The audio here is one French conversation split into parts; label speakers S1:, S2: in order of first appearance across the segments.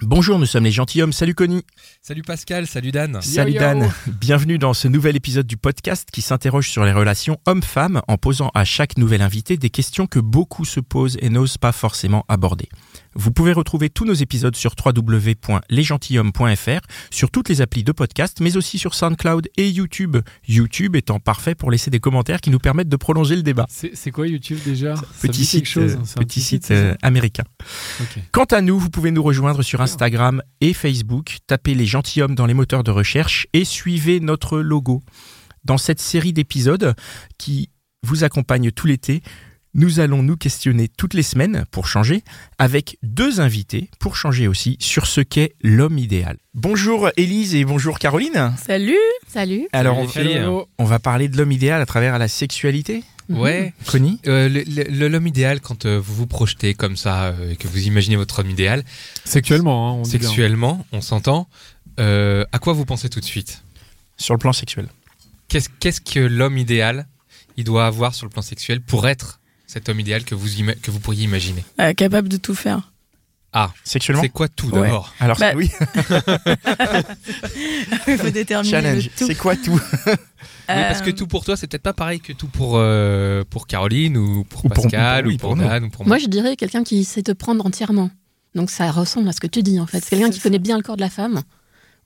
S1: Bonjour, nous sommes les gentilshommes. Salut Conny.
S2: Salut Pascal, salut Dan.
S1: Salut
S3: yo.
S1: Dan. Bienvenue dans ce nouvel épisode du podcast qui s'interroge sur les relations hommes-femmes en posant à chaque nouvel invité des questions que beaucoup se posent et n'osent pas forcément aborder. Vous pouvez retrouver tous nos épisodes sur www.lesgentilhommes.fr, sur toutes les applis de podcast, mais aussi sur SoundCloud et YouTube. YouTube étant parfait pour laisser des commentaires qui nous permettent de prolonger le débat.
S3: C'est c'est quoi YouTube déjà Ça me
S1: Petit
S3: dit
S1: site,
S3: quelque chose,
S1: euh,
S3: hein, c'est un
S1: petit site
S3: c'est
S1: euh, américain.
S3: ça Ok.
S1: Quant à nous, vous pouvez nous rejoindre sur Instagram et Facebook, tapez les gentilshommes dans les moteurs de recherche et suivez notre logo. Dans cette série d'épisodes qui vous accompagne tout l'été, nous allons nous questionner toutes les semaines pour changer avec deux invités pour changer aussi sur ce qu'est l'homme idéal. Bonjour Élise et bonjour Caroline.
S4: Salut Salut
S1: Alors
S2: les
S1: on, euh,
S2: filles.
S3: Hello.
S1: on va parler de l'homme idéal à travers la sexualité,
S2: Ouais,
S1: Connie.
S2: euh, le- le- l'homme idéal, quand euh, vous vous projetez comme ça euh, et que vous imaginez votre homme idéal,
S3: Sexuellement, hein, on dit bien.
S2: sexuellement, on s'entend, euh, à quoi vous pensez tout de suite
S1: Sur le plan sexuel.
S2: Qu'est-ce qu'est-ce que l'homme idéal, il doit avoir sur le plan sexuel pour être cet homme idéal que vous, ima- que vous pourriez imaginer
S4: Euh, Capable de tout faire.
S1: Sexuellement
S2: C'est quoi tout
S4: Ouais.
S2: d'abord
S1: Alors
S4: Bah,
S1: oui,
S4: Il faut déterminer
S1: challenge.
S4: le tout.
S1: C'est quoi tout
S2: Oui, parce que
S4: Euh,
S2: tout pour toi, c'est peut-être pas pareil que tout pour, euh, pour Caroline ou pour
S1: Ou pour-
S2: Pascal
S1: oui,
S2: ou pour
S1: pour nous.
S2: Dan ou pour moi.
S5: Moi, je dirais quelqu'un qui sait te prendre entièrement. Donc, ça ressemble à ce que tu dis, en fait. C'est Quelqu'un
S4: C'est
S5: qui
S4: ça.
S5: connaît bien le corps de la femme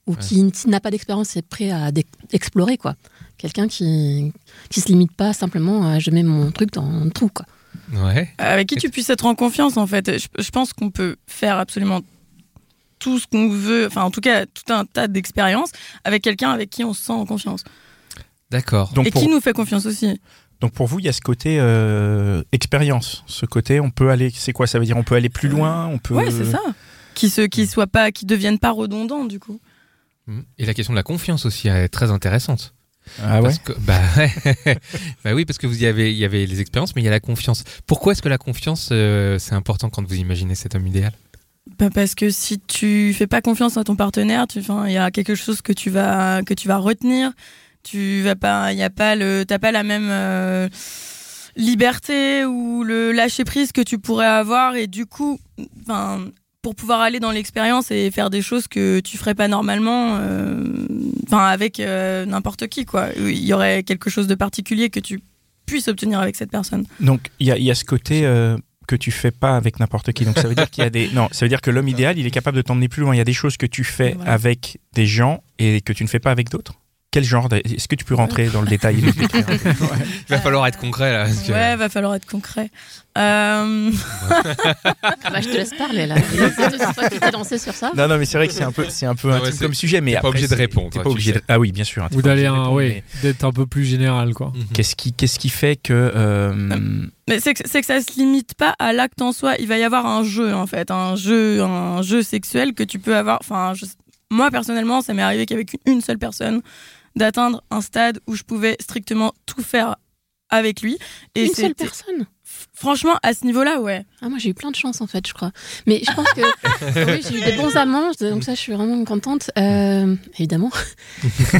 S5: ou qui, qui n'a pas d'expérience et est prêt à dé- explorer, quoi. Quelqu'un qui qui se limite pas simplement à je mets mon truc dans un trou, quoi.
S2: Ouais.
S4: Avec qui tu puisses être en confiance, en fait. Je, je pense qu'on peut faire absolument tout ce qu'on veut, enfin en tout cas tout un tas d'expériences avec quelqu'un avec qui on se sent en confiance.
S2: D'accord.
S1: Donc
S4: Et
S1: pour-
S4: qui nous fait confiance aussi.
S1: Donc pour vous, il y a ce côté euh, expérience, ce côté on peut aller, c'est quoi ça veut dire On peut aller plus loin, on peut.
S4: Ouais, c'est ça. Qui se, qui soient pas, qui deviennent pas redondants du coup.
S2: Et la question de la confiance aussi est très intéressante.
S1: Ah ouais.
S2: Parce que- bah, ouais. Bah oui, parce que vous y avez, il y avait les expériences, mais il y a la confiance. Pourquoi est-ce que la confiance, euh, c'est important quand vous imaginez cet homme idéal
S4: Bah, parce que si tu fais pas confiance à ton partenaire, tu, enfin, il y a quelque chose que tu vas, que tu vas retenir. Tu vas pas, il y a pas le, t'as pas la même euh, liberté ou le lâcher prise que tu pourrais avoir et du coup, enfin, pour pouvoir aller dans l'expérience et faire des choses que tu ferais pas normalement, euh, enfin, avec euh, n'importe qui quoi. Il y aurait quelque chose de particulier que tu puisses obtenir avec cette personne.
S1: Donc il y a, il y a ce côté euh, que tu fais pas avec n'importe qui. Donc ça veut dire qu'il y a des. Non, ça veut dire que l'homme idéal, il est capable de t'emmener plus loin. Il y a des choses que tu fais
S4: Voilà.
S1: avec des gens et que tu ne fais pas avec d'autres. Quel genre d'a- Est-ce que tu peux rentrer dans le détail et nous décrire un peu
S2: Il
S5: Euh,
S2: va falloir être concret là. parce que-
S4: Ouais, va falloir être concret. Euh...
S5: Bah, je te laisse parler là. C'est toi qui t'es lancé sur ça.
S1: Non, non, mais c'est vrai que c'est un peu, c'est un peu
S2: Non, ouais,
S1: intime
S2: c'est-
S1: comme sujet, mais
S2: t'es pas
S1: après,
S2: obligé de
S1: c'est-
S2: répondre,
S1: t'es
S2: hein,
S1: pas
S2: tu
S1: obligé de-
S2: sais.
S1: Ah oui, bien sûr. hein, t'es
S3: Ou
S1: pas
S3: d'aller
S1: obligé de
S3: un,
S1: répondre,
S3: ouais, d'être un peu plus général, quoi.
S1: mais
S2: Mhm.
S1: Qu'est-ce qui, qu'est-ce qui fait que
S2: Ah,
S1: euh,
S4: Mais c'est que, c'est que ça se limite pas à l'acte en soi. Il va y avoir un jeu, en fait. Un jeu, un jeu sexuel que tu peux avoir. Enfin, je- moi, personnellement, ça m'est arrivé qu'avec une seule personne, d'atteindre un stade où je pouvais strictement tout faire avec lui. Et
S5: Une seule
S4: c'était-
S5: personne.
S4: franchement, à ce niveau-là, ouais.
S5: Ah, moi, j'ai eu plein de chance, en fait, je crois. Mais je pense que oui, j'ai eu des bons amants, donc ça, je suis vraiment contente, euh, évidemment.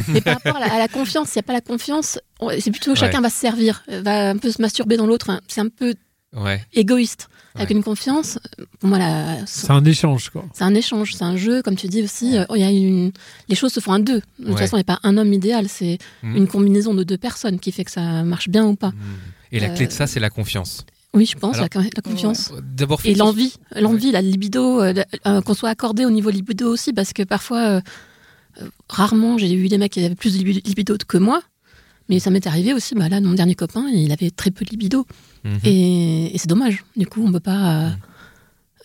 S5: Mais par rapport à la, à la confiance, s'il n'y a pas la confiance, on- c'est plutôt que chacun va se servir, euh, va un peu se masturber dans l'autre. hein. C'est un peu
S2: Ouais.
S5: égoïste. Avec
S2: Ouais.
S5: une confiance, euh, pour moi, la-
S3: C'est un échange, quoi.
S5: c'est un échange, c'est un jeu, comme tu dis aussi. euh, oh, il y a une... Les choses se font à deux. De toute
S2: Ouais.
S5: façon, il n'y a pas un homme idéal, c'est
S2: Mhm.
S5: une combinaison de deux personnes qui fait que ça marche bien ou pas.
S2: Et la
S5: Euh,
S2: clé de ça, c'est la confiance.
S5: Oui, je pense,
S2: Alors-
S5: la, la confiance.
S2: D'abord,
S5: Et
S2: faites-
S5: l'envie, l'envie, la libido, euh, la- euh, qu'on soit accordé au niveau libido aussi, parce que parfois, euh, euh, rarement, j'ai eu des mecs qui avaient plus de libi- libido que moi, mais ça m'est arrivé aussi, bah là, mon dernier copain, il avait très peu de libido,
S2: Mhm.
S5: et, et c'est dommage. Du coup, on peut pas euh,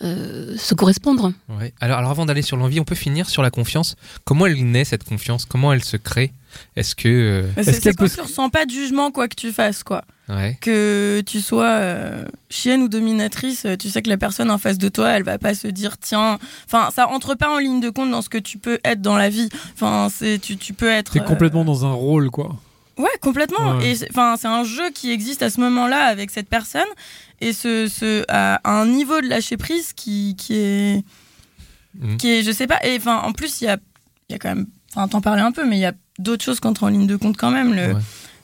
S5: euh, se correspondre.
S2: Ouais. Alors, alors avant d'aller sur l'envie, on peut finir sur la confiance. Comment elle naît cette confiance Comment elle se crée Est-ce que euh,
S4: C'est
S3: Est-ce qu'elle
S4: c'est quand
S3: peut-
S4: tu ressens pas de jugement, quoi que tu fasses, quoi.
S2: Ouais.
S4: que tu sois euh, chienne ou dominatrice, euh, tu sais que la personne en face de toi, elle va pas se dire tiens, enfin ça entre pas en ligne de compte dans ce que tu peux être dans la vie. Enfin c'est tu, tu peux être
S3: T'es
S4: euh,
S3: complètement dans un rôle, quoi.
S4: Ouais, complètement.
S3: Ouais.
S4: Et c'est- enfin c'est un jeu qui existe à ce moment-là avec cette personne et ce, ce à un niveau de lâcher prise qui qui est
S2: Mhm.
S4: qui est je sais pas et enfin en plus il y a il y a quand même enfin t'en parlais un peu mais il y a d'autres choses qui entrent en ligne de compte quand même le
S2: Ouais.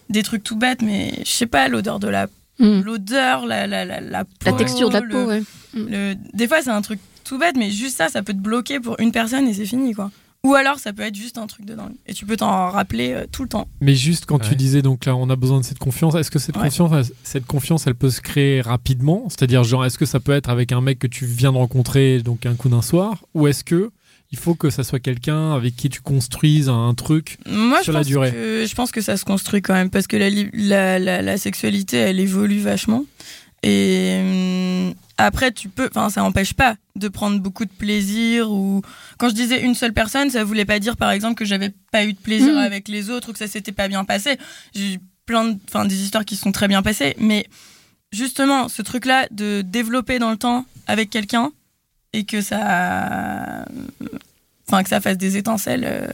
S4: des trucs tout bêtes mais je sais pas l'odeur de la
S5: Hmm.
S4: l'odeur, la, la, la, la peau.
S5: La texture de la
S4: le-
S5: peau, ouais.
S4: le- Des fois, c'est un truc tout bête, mais juste ça, ça peut te bloquer pour une personne et c'est fini, quoi. Ou alors, ça peut être juste un truc de dingue. Et tu peux t'en rappeler euh, tout le temps.
S3: Mais juste quand
S2: Ouais.
S3: tu disais, donc là, on a besoin de cette confiance, est-ce que cette,
S4: Ouais.
S3: confiance, elle- cette confiance, elle peut se créer rapidement C'est-à-dire, genre, est-ce que ça peut être avec un mec que tu viens de rencontrer, donc un coup d'un soir Ou est-ce que il faut que ça soit quelqu'un avec qui tu construises un truc
S4: Moi,
S3: Sur
S4: je,
S3: la
S4: pense
S3: durée.
S4: Que, je pense que ça se construit quand même, parce que la, li- la, la, la sexualité, elle évolue vachement. Et hum, après, tu peux. Enfin, ça n'empêche pas de prendre beaucoup de plaisir. Ou quand je disais une seule personne, ça voulait pas dire, par exemple, que j'avais pas eu de plaisir
S5: Mhm.
S4: avec les autres ou que ça s'était pas bien passé. J'ai eu plein de, enfin, des histoires qui se sont très bien passées. Mais justement, ce truc-là de développer dans le temps avec quelqu'un et que ça, enfin, que ça fasse des étincelles. euh,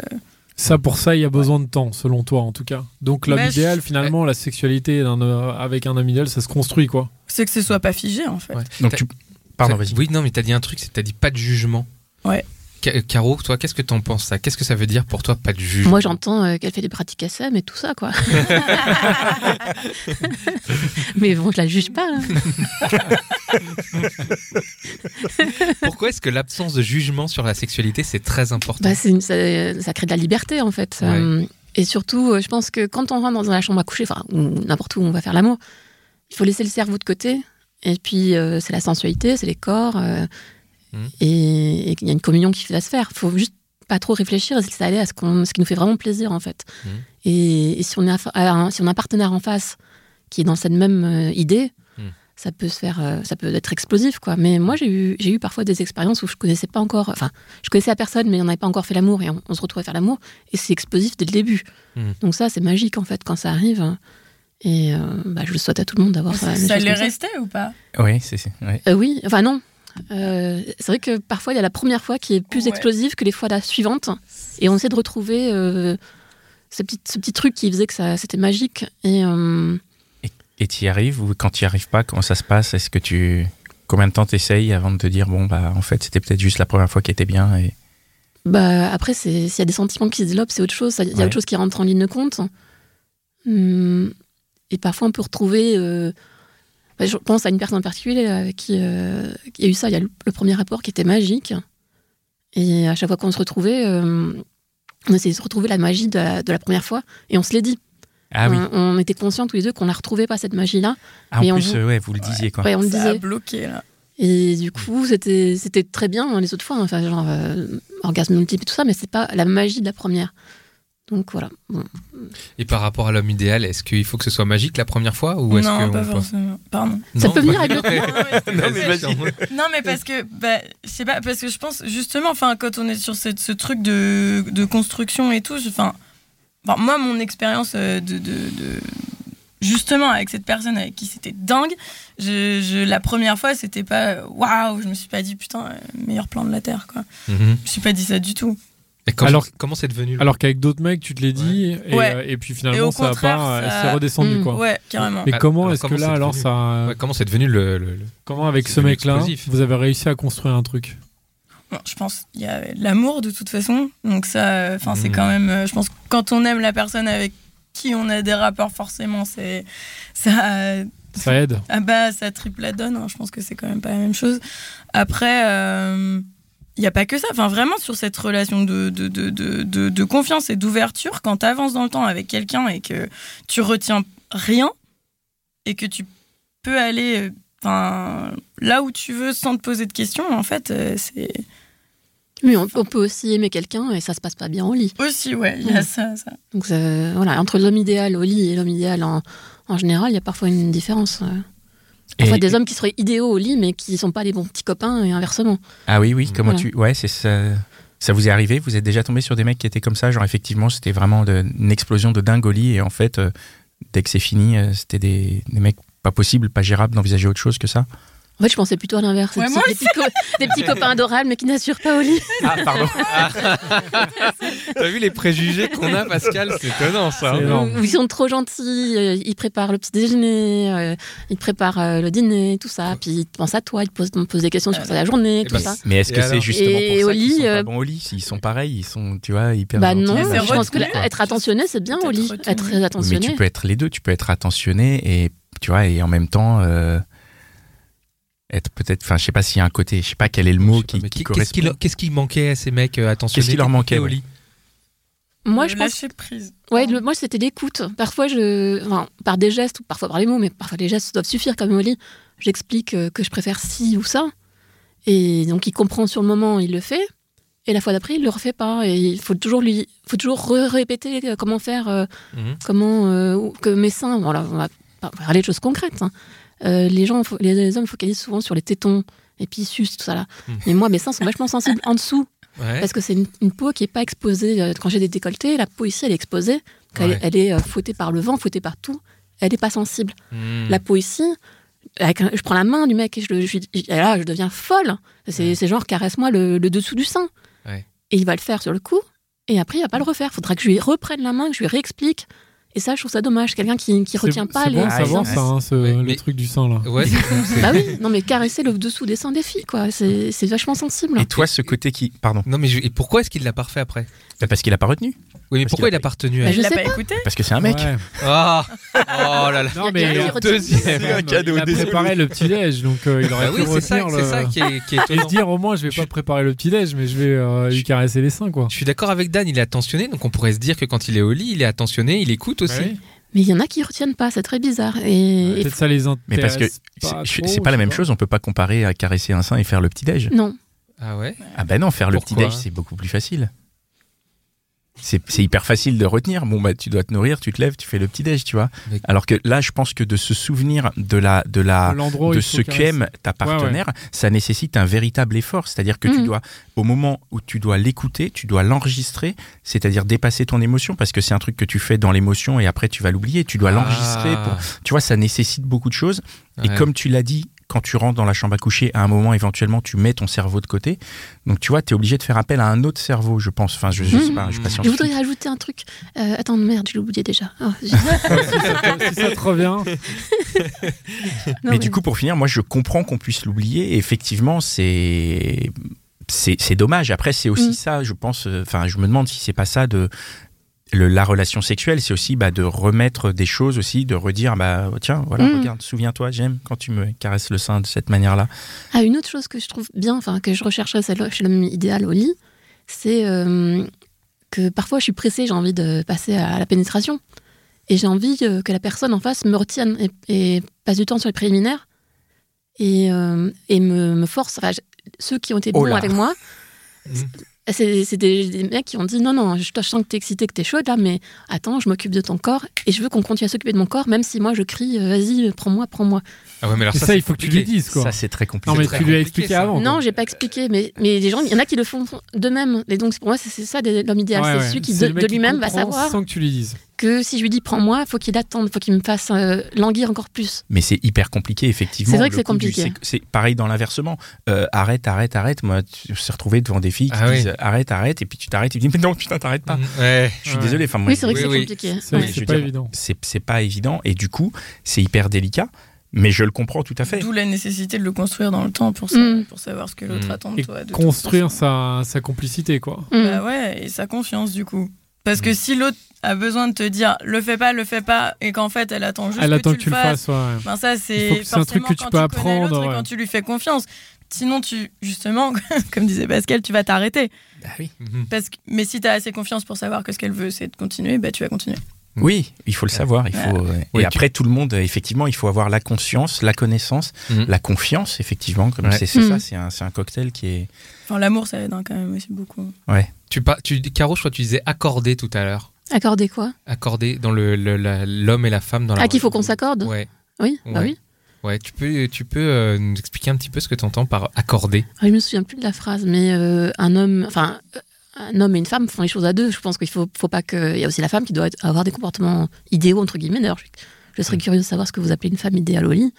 S3: Ça, pour ça, il y a besoin de temps, selon toi, en tout cas. Donc, l'homme
S4: Mais je-
S3: idéal, finalement, la sexualité d'un, euh, avec un homme idéal, ça se construit, quoi.
S4: C'est que ce soit pas figé en fait.
S2: Ouais.
S6: Donc
S2: T'as-
S6: tu. Pardon, vas-y.
S2: Oui, non, mais t'as dit un truc, c'est que t'as dit pas de jugement.
S4: Ouais.
S2: Ca- euh, Caro, toi, qu'est-ce que t'en penses ça Qu'est-ce que ça veut dire pour toi, pas de jugement
S5: Moi, j'entends euh, qu'elle fait des pratiques à ça, mais tout ça, quoi. mais bon, je la juge pas. hein.
S2: Pourquoi est-ce que l'absence de jugement sur la sexualité, c'est très important
S5: Bah, c'est une- ça, ça crée de la liberté, en fait.
S2: Ouais.
S5: Euh, et surtout, euh, je pense que quand on rentre dans la chambre à coucher, enfin, ou n'importe où on va faire l'amour, il faut laisser le cerveau de côté. Et puis, euh, c'est la sensualité, c'est les corps. euh,
S2: Mhm.
S5: Et et il y a une communion qui va se faire. Il faut juste pas trop réfléchir et se laisser aller à ce, qu'on- ce qui nous fait vraiment plaisir, en fait.
S2: Mhm.
S5: Et, et si, on est affa- à un, si on a un partenaire en face qui est dans cette même euh, idée,
S2: Mhm.
S5: ça peut se faire, euh, ça peut être explosif, quoi. Mais moi, j'ai eu, j'ai eu parfois des expériences où je connaissais pas encore, enfin, je connaissais la personne, mais on n'avait pas encore fait l'amour et on, on se retrouvait à faire l'amour. Et c'est explosif dès le début.
S2: Mm.
S5: Donc ça, c'est magique en fait quand ça arrive. hein. Et euh, bah, je le souhaite à tout le monde d'avoir euh, des
S4: ça
S5: choses
S4: l'est
S5: comme ça.
S4: resté ou pas
S1: Oui, c'est ça. Ouais.
S5: Euh, oui, enfin non. Euh, c'est vrai que parfois il y a la première fois qui est plus
S4: Ouais.
S5: explosive que les fois la suivante. Et on essaie de retrouver euh, ce, petit, ce petit truc qui faisait que ça, c'était magique. Et euh,
S1: Et t'y arrives ou quand t'y arrives pas, comment ça se passe Est-ce que tu. Combien de temps t'essayes avant de te dire, bon, bah, en fait, c'était peut-être juste la première fois qui était bien et...
S5: Bah après, c'est- s'il y a des sentiments qui se développent, c'est autre chose. ça- Il y a
S1: Ouais.
S5: autre chose qui rentre en ligne de compte. Hum, et parfois, on peut retrouver. euh, bah, je pense à une personne en particulier avec qui euh, qui il y a eu ça. Il y a le, le premier rapport qui était magique. Et à chaque fois qu'on se retrouvait, euh, on essayait de se retrouver la magie de la, de la première fois. Et on se l'est dit.
S1: Ah oui,
S5: on, on était conscients tous les deux qu'on la retrouvait pas cette magie-là.
S1: Ah,
S5: mais
S1: en
S5: on
S1: plus,
S5: vous-
S1: euh, ouais, vous le disiez quoi.
S5: Ouais, on le
S4: Ça a
S5: disait.
S4: bloqué là.
S5: Et du coup, c'était c'était très bien hein, les autres fois, hein. enfin genre euh, orgasme multiple et tout ça, mais c'est pas la magie de la première. Donc voilà. Bon.
S2: Et par rapport à l'homme idéal, est-ce qu'il faut que ce soit magique la première fois ou est-ce
S4: non,
S2: que
S4: pas
S2: on peut-
S4: forcément. Pardon.
S5: Ça
S2: Non,
S5: peut venir
S2: bah-
S5: avec le
S2: Non,
S4: non, mais
S2: mais
S4: parce-
S2: vas-y.
S4: non, mais parce que bah, je sais pas parce que je pense justement enfin quand on est sur cette- ce truc de, de construction et tout, je- enfin enfin, moi mon expérience euh, de, de- de- justement avec cette personne avec qui c'était dingue, je, je- la première fois c'était pas waouh, je me suis pas dit putain euh, meilleur plan de la terre quoi.
S2: Mhm.
S4: Je me suis pas dit ça du tout.
S2: Et comment-
S3: Alors-
S2: comment c'est devenu le-
S3: Alors qu'avec d'autres mecs, tu te l'es dit, et,
S4: Ouais.
S3: euh, et puis
S4: Et au
S3: finalement, ça a
S4: contraire,
S3: pas. euh,
S4: ça-
S3: C'est redescendu,
S5: Mm,
S3: quoi.
S4: Ouais, carrément.
S3: Mais
S2: Ah,
S3: comment
S2: alors
S3: est-ce que
S2: comment
S3: là,
S2: c'est
S3: alors,
S2: devenu
S3: ça. euh,
S2: Ouais, comment c'est devenu le, le- le-
S3: Comment, avec
S2: C'est
S3: ce
S2: devenu
S3: mec-là,
S2: explosif.
S3: vous avez réussi à construire un truc
S4: Bon, je pense il y a l'amour de toute façon donc ça enfin c'est
S2: Mhm.
S4: quand même euh, je pense que quand on aime la personne avec qui on a des rapports forcément c'est ça euh,
S3: Ça aide
S4: ah bah ça triple la donne hein. je pense que c'est quand même pas la même chose après euh, il n'y a pas que ça. Enfin, vraiment, sur cette relation de, de, de, de, de- de confiance et d'ouverture, quand tu avances dans le temps avec quelqu'un et que tu retiens rien et que tu peux aller euh, enfin, là où tu veux sans te poser de questions, en fait, euh, c'est.
S5: Mais on, on peut aussi aimer quelqu'un et ça se passe pas bien au lit.
S4: Aussi, ouais, il y a
S5: Mm.
S4: ça, ça.
S5: Donc euh, voilà, entre l'homme idéal au lit et l'homme idéal en, en général, il y a parfois une différence. euh. Parfois
S1: Et-
S5: des hommes qui seraient idéaux au lit, mais qui sont pas les bons petits copains et inversement.
S1: Ah oui, oui, comment
S5: Voilà.
S1: tu. Ouais, c'est ça. Ça vous est arrivé Vous êtes déjà tombé sur des mecs qui étaient comme ça Genre, effectivement, c'était vraiment de- une explosion de dingue au lit et en fait, euh, dès que c'est fini, euh, c'était des, des mecs pas possibles, pas gérables d'envisager autre chose que ça.
S5: En fait, je pensais plutôt à l'inverse.
S4: Ouais,
S5: des,
S4: moi
S5: petits- des petits co- des petits copains adorables, mais qui n'assurent pas au lit.
S1: Ah, pardon.
S2: T'as vu les préjugés qu'on a, Pascal C'est étonnant, ça. hein.
S3: C'est énorme.
S5: Ou Ils sont trop gentils, euh, ils préparent le petit déjeuner, euh, ils préparent euh, le dîner, tout ça. Puis ils pensent à toi, ils te posent, te posent des questions sur
S4: Euh,
S5: la
S1: Eh
S5: journée, tout
S2: ben,
S5: ça.
S1: Mais est-ce
S2: Et
S1: que c'est
S2: alors
S1: justement
S5: Et
S1: pour
S5: au
S1: ça qu'ils
S5: lit,
S1: sont
S5: euh,
S1: pas bons au lit Ils sont pareils, ils sont, tu vois, hyper
S5: Bah
S1: gentils,
S5: non,
S4: Mais c'est
S5: je pense que
S4: retenu.
S5: la- être attentionné, c'est bien au lit.
S4: Peut-être retenu.
S5: Être très
S1: Oui, Mais
S5: attentionné.
S1: tu peux être les deux, tu peux être attentionné et tu vois et en même temps euh, être peut-être. Enfin, je sais pas s'il y a un côté, je sais pas quel est le mot qui, qui
S2: Qu'est-ce qui,
S1: correspond.
S2: leur- qu'est-ce qui manquait à ces mecs euh, attentionnés
S1: Qu'est-ce qui leur
S2: qui étaient
S1: manquait,
S2: au
S1: ouais.
S2: lit
S5: Moi, je pense.
S4: lâcher prise.
S5: Ouais, le- moi, c'était l'écoute. Parfois, je, enfin, par des gestes ou parfois par les mots, mais parfois les gestes doivent suffire quand même au lit. J'explique euh, que je préfère ci ou ça. Et donc, il comprend sur le moment, il le fait. Et la fois d'après, il le refait pas. Et il faut toujours lui, faut toujours re- répéter euh, comment faire, euh,
S2: Mhm.
S5: comment euh, ou- que mes seins. Voilà, on va par- parler de choses concrètes. hein. Euh, les gens, fo- les, les hommes focalisent souvent sur les tétons et puis ils sucent tout ça là.
S2: Mhm.
S5: Mais moi, mes seins sont vachement sensibles en dessous.
S2: Ouais.
S5: Parce que c'est une, une peau qui n'est pas exposée. Euh, Quand j'ai des décolletés, la peau ici, elle est exposée. Donc elle,
S2: Ouais.
S5: elle est euh, fouettée par le vent, fouettée par tout. Elle n'est pas sensible.
S2: Hmm.
S5: La peau ici, avec un- je prends la main du mec et je, le- je, lui- et là, je deviens folle. C'est
S2: Ouais.
S5: c'est genre, caresse-moi le, le dessous du sein.
S2: Ouais.
S5: Et il va le faire sur le coup. Et après, il va pas le refaire. faudra que je lui reprenne la main, que je lui réexplique. Et ça, je trouve ça dommage. Quelqu'un qui, qui
S3: C'est-
S5: retient pas
S3: C'est
S5: les
S3: bon à
S1: Ah,
S3: savoir
S5: sens.
S1: ouais.
S3: ça, hein, ce-
S2: Ouais,
S3: le
S2: mais-
S3: truc du sein là.
S2: Ouais, c'est- c'est-
S5: Bah oui, non mais caresser le dessous des seins des filles, quoi. C'est c'est vachement sensible.
S1: Et toi, ce côté qui, pardon,
S2: Non, mais je- et pourquoi est-ce qu'il l'a pas refait après
S1: Bah, parce qu'il a pas retenu,
S2: Oui, mais
S1: Parce
S2: pourquoi il
S1: qu'il a
S2: a pas retenu
S5: Bah,
S2: elle
S5: je
S4: Elle l'a
S5: sais
S4: pas
S5: pas.
S4: écouté
S1: parce que c'est un mec.
S3: Ouais.
S2: Ah Oh là là
S3: Non,
S5: Il y a
S3: mais
S5: quelqu'un qui
S3: euh,
S5: retient-
S2: Deuxième
S3: il a
S1: cadeau, désolé.
S3: préparé le petit déj, donc euh, il aurait
S2: Bah
S3: pu
S2: oui, c'est ça,
S3: retenir
S2: c'est
S3: le-
S2: ça qui est, qui est
S3: et se
S2: étonnant.
S3: dire au moins je vais
S2: Je-
S3: pas préparer le petit déj, mais je vais euh, lui caresser les seins quoi.
S2: Je suis d'accord avec Dan, il est attentionné, donc on pourrait se dire que quand il est au lit, il est attentionné, il écoute aussi.
S5: Mais il y en a qui retiennent pas, c'est très bizarre. Et, et
S3: Peut-être ça les
S1: Mais parce
S3: intéresse.
S1: que
S3: pas
S1: c'est
S3: trop,
S1: c'est pas la
S3: je
S1: même
S3: sais
S1: chose. On peut pas comparer à caresser un sein et faire le petit déj.
S5: non,
S3: Bah
S2: Ah ouais
S1: Ah ben non, faire le petit
S2: Pourquoi
S1: déj, c'est beaucoup plus facile. C'est c'est hyper facile de retenir. Bon bah tu dois te nourrir, tu te lèves, tu fais le petit déj, tu vois.
S2: Mais-
S1: Alors que là, je pense que de se souvenir de la de la
S3: L'endroit où
S1: de
S3: Oh, il faut
S1: ce qu'aime ta
S3: ouais.
S1: partenaire, ça nécessite un véritable effort. C'est-à-dire que tu
S5: Mhm.
S1: dois, au moment où tu dois l'écouter, tu dois l'enregistrer, c'est-à-dire dépasser ton émotion, parce que c'est un truc que tu fais dans l'émotion et après tu vas l'oublier. Tu dois
S3: Ah.
S1: l'enregistrer. pour- Tu vois, ça nécessite beaucoup de choses.
S2: Ah,
S1: Et
S2: ouais.
S1: comme tu l'as dit, quand tu rentres dans la chambre à coucher, à un moment, éventuellement, tu mets ton cerveau de côté. Donc, tu vois, tu es obligé de faire appel à un autre cerveau, je pense. Enfin, je, je sais
S5: Mhm.
S1: pas, je suis pas
S2: Je
S5: je
S1: scientifique.
S5: voudrais rajouter un truc. Euh, attends, merde, je l'ai oublié déjà. Ah, j'ai-
S3: pas. Si ça te revient,
S5: non,
S1: mais du coup, pour finir, moi, je comprends qu'on puisse l'oublier. Et effectivement, c'est. C'est c'est dommage. Après, c'est aussi
S5: Mm.
S1: ça, je pense. euh, Enfin, je me demande si c'est pas ça de. le- la relation sexuelle, c'est aussi bah, de remettre des choses aussi, de redire bah tiens voilà
S5: Mm.
S1: regarde souviens-toi j'aime quand tu me caresses le sein de cette manière-là.
S5: Ah, une autre chose que je trouve bien, enfin que je rechercherais celle- chez l'homme idéal au lit, c'est euh, que parfois je suis pressée, j'ai envie de passer à la pénétration. Et j'ai envie euh, que la personne en face me retienne et, et passe du temps sur les préliminaires et, euh, et me, me force. Enfin, je- ceux qui ont été
S1: Oh
S5: bons
S1: là.
S5: avec moi, c'est c'est des, des mecs qui ont dit non, non, je, te- je sens que t'es excitée, que t'es chaude là, mais attends, je m'occupe de ton corps et je veux qu'on continue à s'occuper de mon corps, même si moi je crie, euh, vas-y, prends-moi, prends-moi.
S2: Ah ouais, mais alors
S3: ça,
S2: ça,
S3: il
S2: c'est
S3: faut que tu lui
S2: compliqué.
S3: dises quoi.
S1: Ça c'est très compliqué.
S3: Non mais
S2: très
S3: tu lui as
S2: compliqué,
S3: expliqué
S2: ça.
S3: avant. quoi.
S5: Non, j'ai pas expliqué, mais, mais les gens, il y en a qui le font d'eux-mêmes. Et donc, pour moi, c'est c'est ça des- l'homme idéal.
S3: Ouais,
S5: c'est
S3: ouais.
S5: celui qui,
S3: C'est
S5: de,
S3: le mec
S5: de lui-même, va
S3: comprend
S5: savoir
S3: Sans que tu lui dises.
S5: que si je lui dis prends-moi, faut qu'il attende, faut qu'il me fasse euh, languir encore plus.
S1: Mais c'est hyper compliqué, effectivement.
S5: C'est vrai que
S1: le
S5: c'est
S1: coup du
S5: compliqué.
S1: sexe- C'est pareil dans l'inversement. Euh, arrête, arrête, arrête. Moi, je me suis retrouvé devant des filles qui
S2: Ah oui.
S1: disent arrête, arrête. Et puis tu t'arrêtes et tu dis mais non, putain, t'arrêtes
S3: Mm.
S1: pas.
S2: Mm, Ouais.
S1: Je suis
S3: Ouais.
S1: désolé. Enfin, moi,
S5: oui, c'est vrai que
S2: oui,
S5: c'est
S2: oui.
S5: compliqué.
S3: C'est vrai
S1: Ouais,
S3: que
S1: je veux
S3: c'est pas
S1: dire,
S3: évident.
S1: c'est c'est pas évident. Et du coup, c'est hyper délicat. Mais je le comprends tout à fait.
S4: D'où la nécessité de le construire dans le temps pour, sa-
S5: Mm.
S4: pour savoir ce que l'autre
S2: Mm.
S4: attend de
S3: Et
S4: toi. de toute
S3: construire sa,
S4: façon.
S3: sa complicité quoi.
S5: Mm.
S4: Bah ouais, et sa confiance du coup. Parce
S3: Mm.
S4: que si l'autre a besoin de te dire le fais pas, le fais pas, et qu'en fait elle attend juste
S3: Elle
S4: que,
S3: attend
S4: tu le fasses.
S3: ouais, ouais.
S4: Ben ça
S3: Il faut
S4: c'est
S3: que c'est un truc
S4: forcément
S3: que tu peux
S4: quand connais l'autre
S3: apprendre,
S4: et
S3: ouais.
S4: quand tu lui fais confiance. Sinon tu justement comme disait Pascal, tu vas t'arrêter.
S2: Mhm.
S4: Parce que mais si tu as assez confiance pour savoir que ce qu'elle veut c'est de continuer, bah tu vas continuer.
S1: Oui, il faut le savoir. Il
S4: Ouais.
S1: faut, euh, et
S2: Oui, tu-
S1: après, tout le monde, euh, effectivement, il faut avoir la conscience, la connaissance,
S2: Mhm.
S1: la confiance, effectivement. Comme
S2: Ouais.
S1: c'est c'est
S5: Mhm.
S1: ça, c'est un, c'est un cocktail qui est.
S4: Enfin l'amour ça aide hein, quand même aussi beaucoup.
S2: Tu, par- tu, Caro, je crois que tu disais accorder tout à l'heure.
S5: Accorder quoi
S2: Accorder dans le le- la- l'homme et la femme dans la
S5: À qui Ah, faut qu'on s'accorde
S2: Ouais.
S5: Oui, bah
S2: Ouais.
S5: oui.
S2: Ouais, tu peux, tu peux euh, nous expliquer un petit peu ce que tu entends par accorder.
S5: Ah, Je me souviens plus de la phrase, mais euh, un homme, enfin, euh, un homme et une femme font les choses à deux. Je pense qu'il faut, faut pas que. Il y a aussi la femme qui doit être- avoir des comportements idéaux, entre guillemets. D'ailleurs, je, je serais curieux de savoir ce que vous appelez une femme idéale au lit.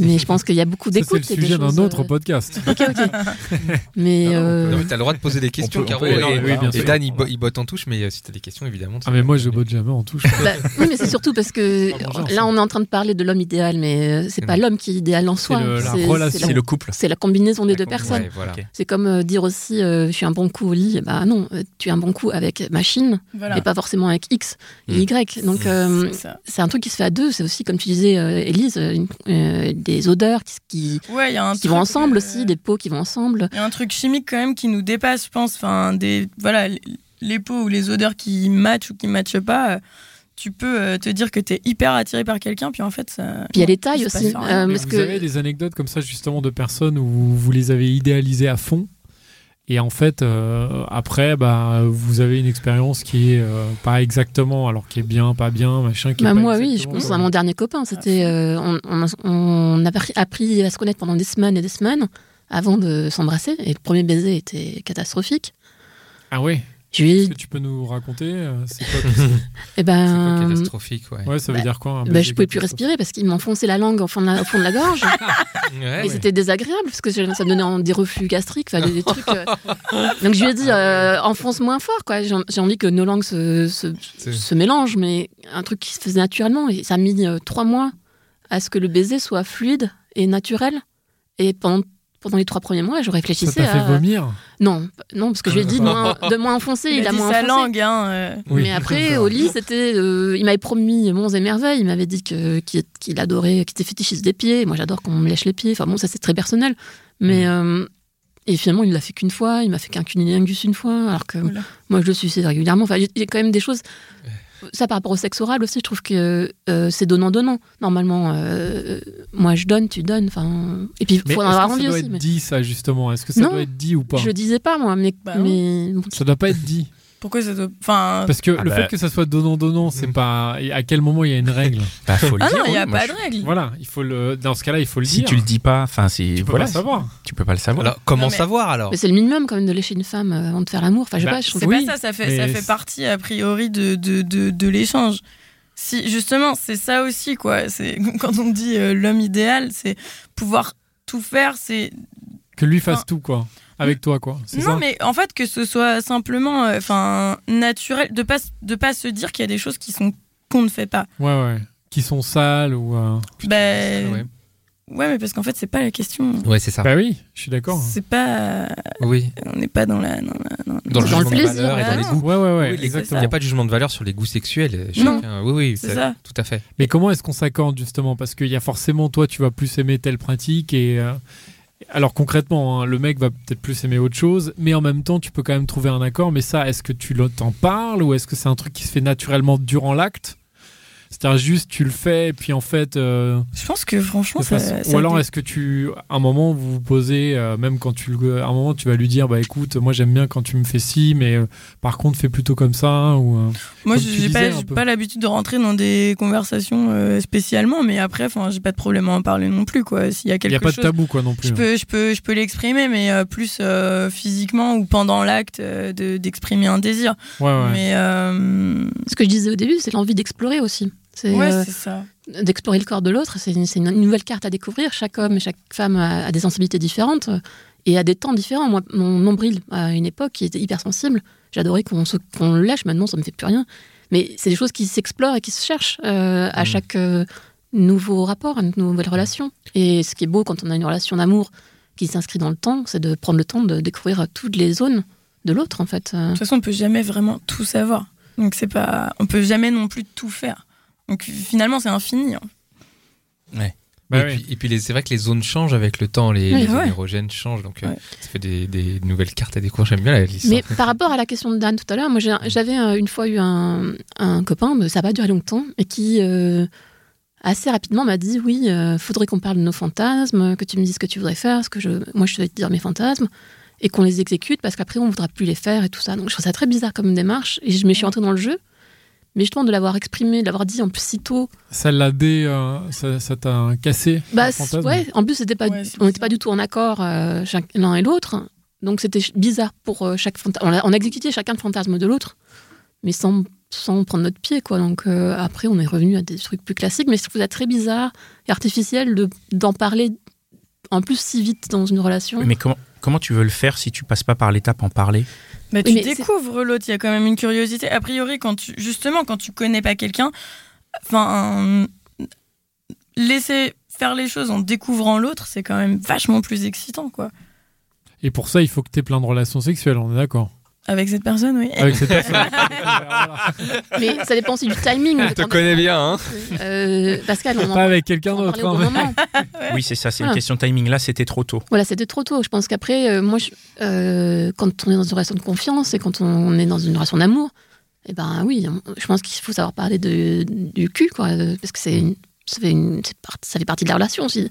S5: Mais je pense qu'il y a beaucoup
S3: Ça, c'est
S5: d'écoute.
S3: le
S5: et des
S3: sujet d'un
S5: choses,
S3: autre
S5: euh,
S3: podcast.
S5: Ok, ok. Mais. euh,
S2: Non, mais t'as le droit de poser des questions,
S1: peut- on
S2: Caro.
S1: peut-
S2: et,
S3: non, mais oui, bien
S2: et
S3: sûr.
S2: Dan, il, bo- il botte en touche, mais euh, si t'as des questions, évidemment.
S3: Ah, mais moi, je botte jamais en touche.
S5: bah, oui, mais c'est surtout parce que
S3: Ah, bonjour,
S5: là, on est en train de parler de l'homme idéal, mais euh, c'est pas
S2: Mm.
S5: l'homme qui est idéal en
S3: C'est
S5: soi. hein.
S3: le- la
S5: c'est-
S3: relation.
S5: c'est la-
S1: C'est le couple.
S5: C'est la combinaison des deux personnes.
S2: Ouais, voilà.
S1: Ok.
S5: C'est comme euh, dire aussi euh, je suis un bon coup au lit. Bah non, euh, tu es un bon coup avec machine
S4: Voilà.
S5: et pas forcément avec X et
S2: Mm.
S5: Y. Donc euh,
S4: C'est ça.
S5: c'est un truc qui se fait à deux. C'est aussi, comme tu disais, euh, Élise, euh, une- euh, des odeurs qui, qui,
S4: Ouais, il y a un
S5: qui vont
S4: truc,
S5: ensemble
S4: euh,
S5: aussi, des peaux qui vont ensemble.
S4: Il y a un truc chimique quand même qui nous dépasse, je pense. Enfin, des, voilà, les- les peaux ou les odeurs qui matchent ou qui matchent pas, euh, tu peux euh, te dire que t'es hyper attiré par quelqu'un, puis en fait, ça.
S5: Puis il y a les
S4: Il
S5: tailles
S4: se
S5: aussi.
S4: passe rien.
S5: euh,
S3: Mais
S5: parce
S3: vous
S5: que-
S3: avez des anecdotes comme ça justement de personnes où vous les avez idéalisées à fond et en fait euh, après bah vous avez une expérience qui est euh, pas exactement alors qui est bien pas bien machin qui est
S5: Bah,
S3: pas
S5: moi, oui, je
S3: exactement
S5: pense à
S3: comme- Ah,
S5: mon dernier copain. C'était, euh, on, on- on a appris- appris à se connaître pendant des semaines et des semaines avant de s'embrasser. Et le premier baiser était catastrophique.
S3: Ah oui.
S5: Je lui ai
S3: Est-ce
S5: dit,
S3: que tu peux nous raconter euh, c'est quoi tout ça
S5: eh
S2: C'est pas
S5: ben,
S2: catastrophique, ouais.
S3: Ouais, ça veut
S5: Bah,
S3: dire quoi un
S5: bah,
S3: baiser Ah
S5: je pouvais plus
S3: catastrophique
S5: respirer parce qu'il m'enfonçait la langue au fond de la, au fond de la gorge.
S2: Ouais,
S5: Et
S2: ouais.
S5: c'était désagréable parce que je- ça me donnait en- des reflux gastriques, enfin, des, des trucs. euh. Donc je lui ai
S3: Ah
S5: dit, euh, enfonce moins fort, quoi. J'ai j'ai envie que nos langues se, se,
S2: C'est-
S5: se mélangent, mais un truc qui se faisait naturellement. Et ça a mis euh, trois mois à ce que le baiser soit fluide et naturel. Et pendant, pendant les trois premiers mois, je
S3: Ça
S5: réfléchissais
S3: t'a fait
S5: à-
S3: vomir
S5: Non, p- non, parce que je lui ai dit moins- de moins enfoncer, il,
S4: Il
S5: a,
S4: a dit
S5: moins
S4: sa
S5: enfoncé.
S4: langue, hein. euh.
S3: Oui.
S5: Mais après, au lit, c'était. euh, il m'avait promis Monts et Merveilles. Il m'avait dit que- qu'il qu'il adorait, qu'il était fétichiste des pieds. Moi, j'adore qu'on me lèche les pieds. Enfin bon, ça, c'est très personnel. Mais.
S3: Mm.
S5: euh, et finalement, il l'a fait qu'une fois. Il m'a fait qu'un cunilingus une fois. Alors que
S4: Oula.
S5: moi, je le suçais régulièrement. Enfin, j'ai- j'ai quand même des choses. Ça, par rapport au sexe oral aussi, je trouve que euh, c'est donnant-donnant. Normalement, euh, moi, je donne, tu donnes. Enfin, et puis, il
S3: Mais
S5: faut en
S3: est-ce
S5: avoir
S3: que ça
S5: envie
S3: doit
S5: aussi.
S3: être
S5: mais-
S3: dit ça justement Est-ce que ça
S5: Non.
S3: doit être dit ou pas
S5: Je le disais pas, moi, mais,
S4: Bah non.
S5: mais bon,
S3: Ça doit pas être dit
S4: Pourquoi ça doit. Enfin.
S3: parce que
S1: Ah
S3: le
S1: bah.
S3: fait que ça soit donnant donnant, c'est
S2: Mm.
S3: pas et à quel moment il y a une règle.
S1: Bah, faut le
S4: Ah
S1: dire,
S4: non, il n'y a
S1: oui, moi,
S4: pas
S1: je-
S4: de règle.
S3: voilà, il faut le dans ce cas-là, il faut le
S1: Si
S3: dire.
S1: tu le dis pas, enfin, c'est
S3: tu peux
S1: voilà,
S3: pas savoir.
S1: tu peux pas le savoir.
S2: Alors, comment
S4: Non, mais-
S2: savoir alors
S5: mais c'est le minimum quand même de lécher une femme euh, avant de faire l'amour. Enfin, je sais
S3: Bah,
S5: pas, je trouve
S4: C'est
S3: Oui,
S4: pas ça, ça fait,
S3: mais
S4: ça fait
S3: c'est-
S4: partie a priori de, de, de, de l'échange. Si, justement, c'est ça aussi, quoi. C'est, quand on dit euh, l'homme idéal, c'est pouvoir tout faire, c'est
S3: Que lui fasse
S4: Enfin,
S3: tout, quoi. Avec toi, quoi. C'est
S4: Mm. Non,
S3: ça
S4: mais en fait, que ce soit simplement euh, enfin naturel, de pas, de pas se dire qu'il y a des choses qui sont qu'on ne fait pas.
S3: Ouais, ouais. Qui sont sales ou. euh,
S4: Ben, ouais.
S2: ouais.
S4: mais parce qu'en fait, c'est pas la question.
S2: Ouais, c'est ça.
S3: Bah oui, je suis d'accord.
S4: C'est pas.
S2: oui.
S4: On n'est pas dans la. Dans la-
S2: Dans le,
S5: Dans le
S2: jugement
S5: plaisir,
S2: de valeur et
S4: ouais.
S2: dans les
S4: Ah
S2: goûts.
S3: Ouais, ouais, ouais.
S2: Oui, les- Il
S3: exactement.
S2: n'y a pas de jugement de valeur sur les goûts sexuels. euh,
S4: Non.
S2: chacun- Oui, oui,
S4: C'est ça.
S2: Tout à fait.
S3: Mais comment est-ce qu'on s'accorde, justement Parce qu'il y a forcément, toi, tu vas plus aimer telle pratique et. euh, Alors concrètement, hein, le mec va peut-être plus aimer autre chose, mais en même temps, tu peux quand même trouver un accord. Mais ça, est-ce que tu le- t'en parles ou est-ce que c'est un truc qui se fait naturellement durant l'acte C'est-à-dire juste tu le fais, et puis en fait, euh,
S4: Je pense que franchement,
S3: De
S4: ça,
S5: euh,
S3: façon-
S4: ça
S3: ou alors
S4: dé-
S3: est-ce que tu à un moment vous vous posez euh, même quand tu le- à un moment tu vas lui dire bah écoute moi j'aime bien quand tu me fais ci mais euh, par contre fais plutôt comme ça hein, ou euh,
S4: Moi,
S3: comme tu
S4: j'ai
S3: disais
S4: pas,
S3: un
S4: j'ai
S3: peu.
S4: pas l'habitude de rentrer dans des conversations euh, spécialement, mais après, enfin, j'ai pas de problème à en parler non plus, quoi. S'il y a
S3: il
S4: quelque
S3: y a pas de
S4: chose,
S3: tabou quoi non plus hein.
S4: je peux, je peux, je peux l'exprimer, mais euh, plus euh, physiquement ou pendant l'acte euh, de- d'exprimer un désir.
S3: ouais, hein. Ah ouais.
S4: Mais euh,
S5: Ce que je disais au début, c'est l'envie d'explorer aussi. C'est
S4: ouais,
S5: euh,
S4: c'est ça.
S5: d'explorer le corps de l'autre. C'est une, c'est une nouvelle carte à découvrir. Chaque homme et chaque femme a, a des sensibilités différentes euh, et a des temps différents. Moi, mon nombril, à une époque, qui était hypersensible, j'adorais qu'on se- qu'on le lâche. Maintenant, ça me fait plus rien. Mais c'est des choses qui s'explorent et qui se cherchent euh, à
S2: Mhm.
S5: chaque euh, nouveau rapport, à une nouvelle relation. Et ce qui est beau quand on a une relation d'amour qui s'inscrit dans le temps, c'est de prendre le temps de découvrir toutes les zones de l'autre, en fait. Euh,
S4: De toute façon, on peut jamais vraiment tout savoir. Donc c'est pas, on peut jamais non plus tout faire. Donc finalement, c'est infini. hein.
S3: Bah
S2: et,
S3: oui.
S2: puis, et puis les- c'est vrai que les zones changent avec le temps, les,
S4: Oui,
S2: les zones
S4: ouais.
S2: érogènes changent, donc euh,
S4: Ouais.
S2: ça fait des, des nouvelles cartes à découvrir. J'aime bien la liste. hein.
S5: Mais par rapport à la question de Dan tout à l'heure, moi j'ai- j'avais euh, une fois eu un, un copain, mais ça n'a pas duré longtemps, et qui euh, assez rapidement m'a dit oui, euh, faudrait qu'on parle de nos fantasmes, que tu me dises ce que tu voudrais faire, ce que je, moi je vais te dire mes fantasmes, et qu'on les exécute parce qu'après on ne voudra plus les faire et tout ça. Donc je trouve ça très bizarre comme démarche, et je me suis entrée dans le jeu. Mais justement, de l'avoir exprimé, de l'avoir dit en plus si tôt,
S3: ça l'a dé euh, ça ça t'a cassé
S5: bah,
S3: le
S5: c-
S3: fantasme
S5: ouais, en plus, c'était pas,
S4: Ouais, c'est
S5: on
S4: bizarre.
S5: n'était pas du tout en accord euh, chaque- l'un et l'autre. Donc c'était ch- bizarre pour euh, chaque fantasme. On, a- on exécutait chacun le fantasme de l'autre, mais sans, sans prendre notre pied, quoi. Donc euh, après, on est revenu à des trucs plus classiques, mais je trouve ça très bizarre et artificiel de- d'en parler en plus si vite dans une relation.
S1: Oui, Mais comment, comment tu veux le faire si tu passes pas par l'étape en parler
S4: Bah,
S5: Oui,
S4: tu
S5: mais c'est-
S4: découvres l'autre, il y a quand même une curiosité. A priori, quand tu, justement, quand tu connais pas quelqu'un, enfin, euh, laisser faire les choses en découvrant l'autre, c'est quand même vachement plus excitant, quoi.
S3: Et pour ça, il faut que tu aies plein de relations sexuelles, on est d'accord.
S4: Avec cette personne, oui.
S3: Avec cette personne.
S5: Mais ça dépend aussi du timing.
S2: Je te connais bien, hein
S5: Euh, Pascal, on en,
S3: Pas avec quelqu'un
S5: on en
S3: d'autre.
S5: parlait au bon
S3: hein, mais-
S5: moment.
S1: Oui, c'est ça, c'est une
S4: Ah.
S5: Voilà.
S1: question de timing. Là, c'était trop tôt.
S5: Voilà, c'était trop tôt. Je pense qu'après, euh, moi, je- euh, quand on est dans une relation de confiance et quand on est dans une relation d'amour, eh ben oui, on- je pense qu'il faut savoir parler de, du cul, quoi, euh, parce que c'est une- ça fait, une, c'est part- ça fait partie de la relation aussi.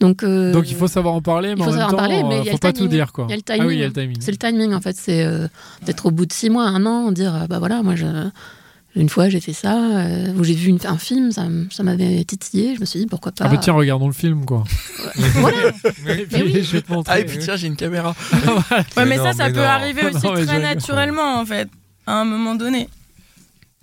S5: Donc, euh,
S3: Donc il faut savoir en parler, mais
S5: il faut
S3: en même
S5: savoir en
S3: temps,
S5: parler,
S3: euh,
S5: mais il y a
S3: faut
S5: le
S3: pas
S5: timing.
S3: tout dire quoi.
S5: Il y a le
S3: Ah oui, il y a
S5: timing.
S3: le timing.
S5: c'est le timing en fait. C'est euh, peut-être au bout de six mois, un an, dire euh, bah voilà, moi, je- une fois j'ai fait ça, euh, ou j'ai vu une- un film, ça, m- ça m'avait titillé, je me suis dit pourquoi pas.
S3: Ah bah tiens, regardons le film quoi.
S5: Voilà.
S3: Et puis,
S5: oui. Ah,
S3: je vais te montrer.
S1: j'ai une caméra.
S4: Ouais,
S2: Mais
S4: mais,
S2: non,
S4: ça, ça
S2: mais
S4: peut
S2: non.
S4: arriver aussi
S3: Non, mais je
S4: très
S3: rigole.
S4: naturellement, en fait, à un moment donné.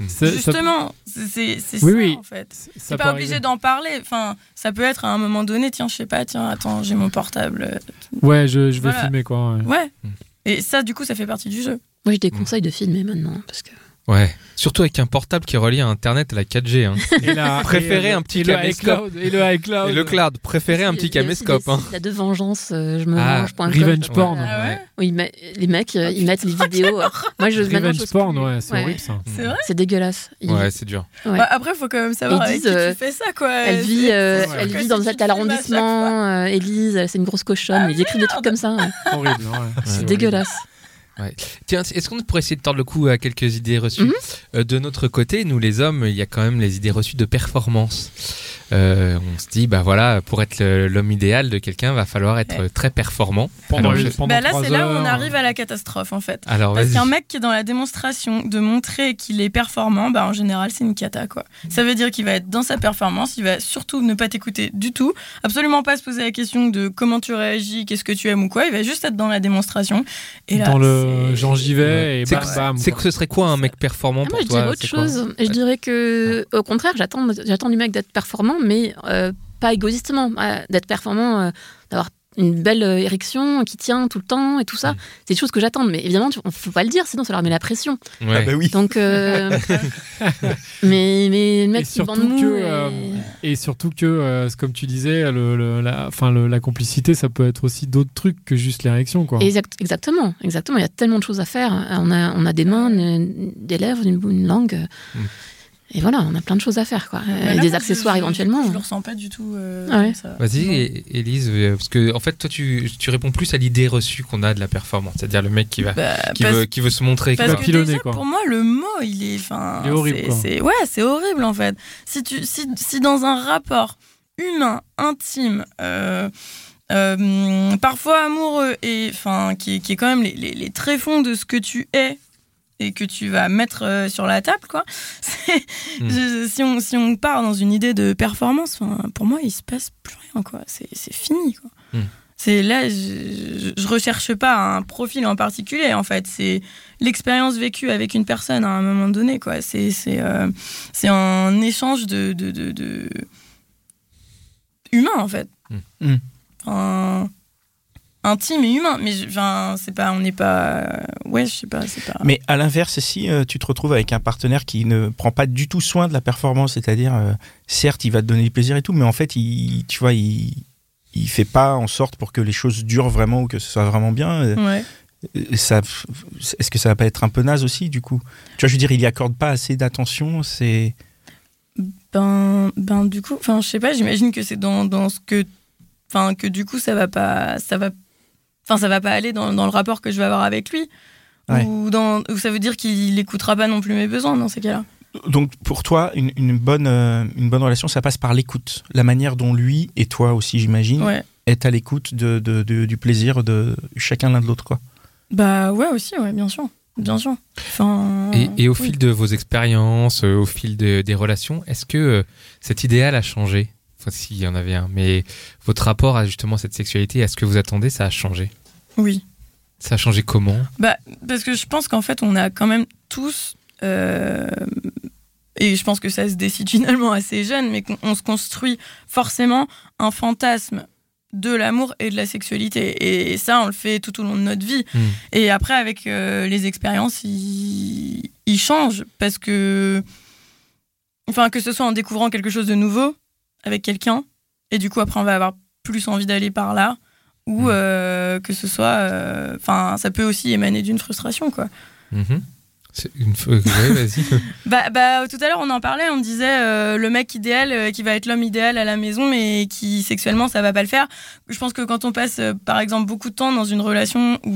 S3: C'est- ça-
S4: Justement, c'est- c'est c'est
S3: Oui,
S4: ça,
S3: oui.
S4: en fait.
S3: ça
S4: T'es
S3: peut
S4: pas obligé
S3: arriver.
S4: d'en parler. Enfin, ça peut être à un moment donné, tiens, je sais pas, tiens, attends, j'ai mon portable.
S3: Ouais, je, je vais
S4: Voilà.
S3: filmer quoi. ouais.
S4: Ouais.
S2: Mm.
S4: Et ça, du coup, ça fait partie du jeu.
S3: Mm.
S5: Moi j'ai des conseils de filmer maintenant parce que
S2: Ouais. Surtout avec un portable qui est relié à Internet à la 4G. Hein.
S3: Et la-
S2: Préférez
S3: et-
S4: euh,
S2: un petit
S3: et le
S2: caméscope.
S3: iCloud, Et le
S4: Ah
S3: iCloud.
S2: Et le cloud, préférez un
S5: Il y a-
S2: petit
S5: il y a aussi
S2: caméscope.
S5: des
S2: hein.
S5: sites là de vengeance, euh, je me
S2: Ah,
S5: venge. point com.
S3: Revenge porn.
S5: Voilà.
S4: Ah ouais
S5: Oui, mais les mecs, euh, ils mettent les vidéos. Moi, je maintenant,
S3: Revenge
S5: j'ose
S3: porn,
S5: plus.
S3: ouais, c'est horrible ça.
S4: C'est vrai
S5: C'est dégueulasse. Ils-
S2: Mm. Ouais, c'est dur.
S5: Ouais.
S4: Bah, après, faut quand même savoir
S5: Ils
S4: avec
S5: disent,
S4: qui
S5: euh,
S4: tu fais ça, quoi.
S5: Elle vit,
S4: C'est-
S5: euh,
S4: c'est sûr
S5: elle
S4: que
S5: vit
S4: si
S5: dans
S4: tu
S5: cet
S4: te filmes à chaque fois-
S5: arrondissement. euh, Élise, c'est une grosse cochonne. ils écrivent des trucs comme ça. ouais.
S3: Horrible, ouais.
S5: C'est
S2: horrible.
S5: dégueulasse.
S2: Tiens, est-ce qu'on pourrait essayer de tordre le cou à quelques idées reçues
S5: Mhm.
S2: Euh, De notre côté, nous les hommes, il y a quand même les idées reçues de performance. Euh, on se dit, bah voilà, pour être le- l'homme idéal de quelqu'un, va falloir être euh, très performant.
S3: Pendant,
S2: Alors,
S3: les-
S2: je-
S3: pendant
S4: Bah, là,
S3: trois
S4: c'est là où on
S3: heures. Ah,
S4: arrive à la catastrophe, en fait.
S2: Alors
S4: Parce
S2: vas-y.
S4: qu'un mec qui est dans la démonstration de montrer qu'il est performant, bah en général c'est une cata quoi. Ça veut dire qu'il va être dans sa performance, il va surtout ne pas t'écouter du tout, absolument pas se poser la question de comment tu réagis, qu'est-ce que tu aimes ou quoi, il va juste être dans la démonstration. Et là,
S3: dans le
S4: c'est-
S3: Jean Givet et
S2: C'est
S3: bam
S2: que-
S3: bam.
S2: C'est que ce serait quoi un mec performant
S5: Ah,
S2: pour
S5: moi, je
S2: toi
S5: dirais autre
S2: C'est quoi
S5: chose. Je dirais que, au contraire, j'attends, j'attends du mec d'être performant, mais euh, pas égoïstement. euh, d'être performant, euh, d'avoir une belle euh, érection qui tient tout le temps et tout ça.
S2: Mm.
S5: C'est des choses que j'attends. Mais évidemment, il ne faut pas le dire, sinon ça leur met la pression.
S3: Ah,
S2: Ouais.
S1: Ah,
S3: bah
S1: bah oui.
S5: Donc, euh, mais, mais le mec
S3: Et
S5: qui bande
S3: surtout
S5: mou.
S3: que,
S5: et-
S3: euh, Et surtout que, euh, c'est comme tu disais, le, le- la, enfin, le- la complicité, ça peut être aussi d'autres trucs que juste l'érection. Quoi.
S5: Exact- exactement, exactement. Il y a tellement de choses à faire. Euh, On a, on a des mains, une- des lèvres, une, une langue.
S3: Mm.
S5: euh, Et voilà, on a plein de choses à faire. Quoi.
S4: Bah
S5: Et
S4: là, moi,
S5: des
S4: je-
S5: accessoires
S4: je-
S5: éventuellement. Mm,
S4: Je, le ressens pas du tout. euh,
S5: Ah ouais.
S4: comme ça.
S2: Vas-y,
S4: Non.
S2: é- Élise, euh, parce que en fait, toi, tu, tu réponds plus à l'idée reçue qu'on a de la performance, c'est-à-dire le mec qui va,
S4: Bah,
S2: qui
S4: parce-
S2: veut, qui veut se montrer.
S3: va
S4: Parce
S2: quoi.
S4: que
S3: pilonner,
S4: déjà,
S3: quoi.
S4: pour moi, le mot, il est. Enfin,
S3: Il est horrible,
S4: c'est-
S3: quoi.
S4: c'est- ouais, c'est horrible en fait. Si, tu, si, si dans un rapport humain, intime, euh, euh, parfois amoureux, et enfin, qui, est- qui est quand même les, les, les tréfonds de ce que tu es et que tu vas mettre euh, sur la table, quoi. c'est-
S2: Hmm.
S4: je- si, on, si on part dans une idée de performance, enfin, pour moi, il se passe plus rien, quoi. C'est c'est fini, quoi.
S2: Hmm.
S4: C'est là, je, je- je recherche pas un profil en particulier, en fait. C'est l'expérience vécue avec une personne à un moment donné, quoi. C'est c'est euh, c'est un échange de de, de, de- humain en fait.
S1: Mm. Mm.
S4: Enfin, intime et humain, mais je- enfin c'est pas, on n'est pas, ouais, je sais pas, c'est pas.
S1: Mais à l'inverse, si euh, tu te retrouves avec un partenaire qui ne prend pas du tout soin de la performance, c'est-à-dire, euh, certes, il va te donner du plaisir et tout, mais en fait, il, tu vois, il, il fait pas en sorte pour que les choses durent vraiment ou que ce soit vraiment bien. euh,
S4: Ouais.
S1: euh, ça, est-ce que ça va pas être un peu naze aussi, du coup Tu vois, je veux dire, il y accorde pas assez d'attention. C'est
S4: Ben, ben du coup, enfin je sais pas, j'imagine que c'est dans, dans ce que, enfin que du coup ça va pas, ça va, enfin ça va pas aller dans, dans le rapport que je vais avoir avec lui.
S1: Ouais.
S4: Ou, dans, ou ça veut dire qu'il écoutera pas non plus mes besoins dans ces cas-là.
S1: Donc pour toi, une, une bonne, euh, une bonne relation, ça passe par l'écoute. La manière dont lui et toi aussi, j'imagine,
S4: Ouais.
S1: est à l'écoute de, de- de- du plaisir de chacun l'un de l'autre. quoi.
S4: Bah ouais aussi, ouais, bien sûr. Bien sûr. Enfin,
S2: Et, et au
S4: Mm. oui.
S2: fil de vos expériences, euh, au fil de- des relations, est-ce que euh, cet idéal a changé Enfin, s'il y en avait un, mais votre rapport à justement cette sexualité, à ce que vous attendez, ça a changé
S4: Oui.
S2: Ça a changé comment
S4: Bah, parce que je pense qu'en fait, on a quand même tous, euh, et je pense que ça se décide finalement assez jeune, mais qu'on on se construit forcément un fantasme de l'amour et de la sexualité. Et ça, on le fait tout au long de notre vie.
S2: Hmm.
S4: Et après, avec euh, les expériences, il, il change parce que, enfin, que ce soit en découvrant quelque chose de nouveau avec quelqu'un, et du coup après on va avoir plus envie d'aller par là, ou
S3: Hmm.
S2: Mhm.
S4: euh, que ce soit, euh, enfin, ça peut aussi émaner d'une frustration, quoi.
S2: Mhm. C'est une fois que ouais, vas-y.
S4: Bah, bah, tout à l'heure on en parlait, on disait euh, le mec idéal euh, qui va être l'homme idéal à la maison, mais qui sexuellement ça va pas le faire. Je pense que quand on passe euh, par exemple beaucoup de temps dans une relation où,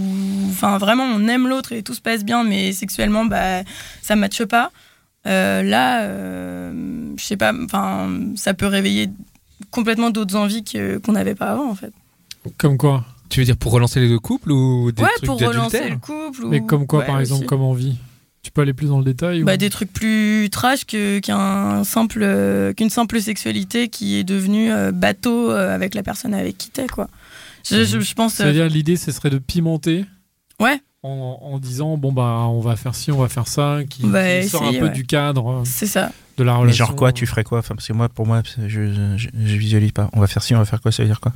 S4: enfin, vraiment on aime l'autre et tout se passe bien, mais sexuellement bah ça matche pas. euh, là, euh, je sais pas, enfin, ça peut réveiller complètement d'autres envies que- qu'on n'avait pas avant en fait.
S3: Comme quoi
S2: Tu veux dire pour relancer les deux couples ou des
S4: ouais,
S2: trucs
S4: pour relancer
S2: d'adultère
S4: le couple. Ou...
S3: Mais comme quoi,
S4: Ouais,
S3: par exemple,
S4: aussi.
S3: comme envie Tu peux aller plus dans le détail ou-
S4: Bah, des trucs plus trash que- qu'un simple, euh, qu'une simple sexualité qui est devenue euh, bateau euh, avec la personne avec qui t'es, quoi. Je, je, je pense. euh,
S3: C'est-à-dire, l'idée, ce serait de pimenter.
S4: Ouais.
S3: En, en disant, bon, bah, on va faire ci, on va faire ça, qui,
S4: On va
S3: qui sort un
S4: essayer,
S3: peu
S4: ouais.
S3: du cadre euh,
S4: C'est ça.
S3: de la relation.
S1: Mais Oh, genre quoi, tu ferais quoi enfin, Parce que moi, pour moi, je, je, je visualise pas. On va faire ci, on va faire quoi, ça veut dire quoi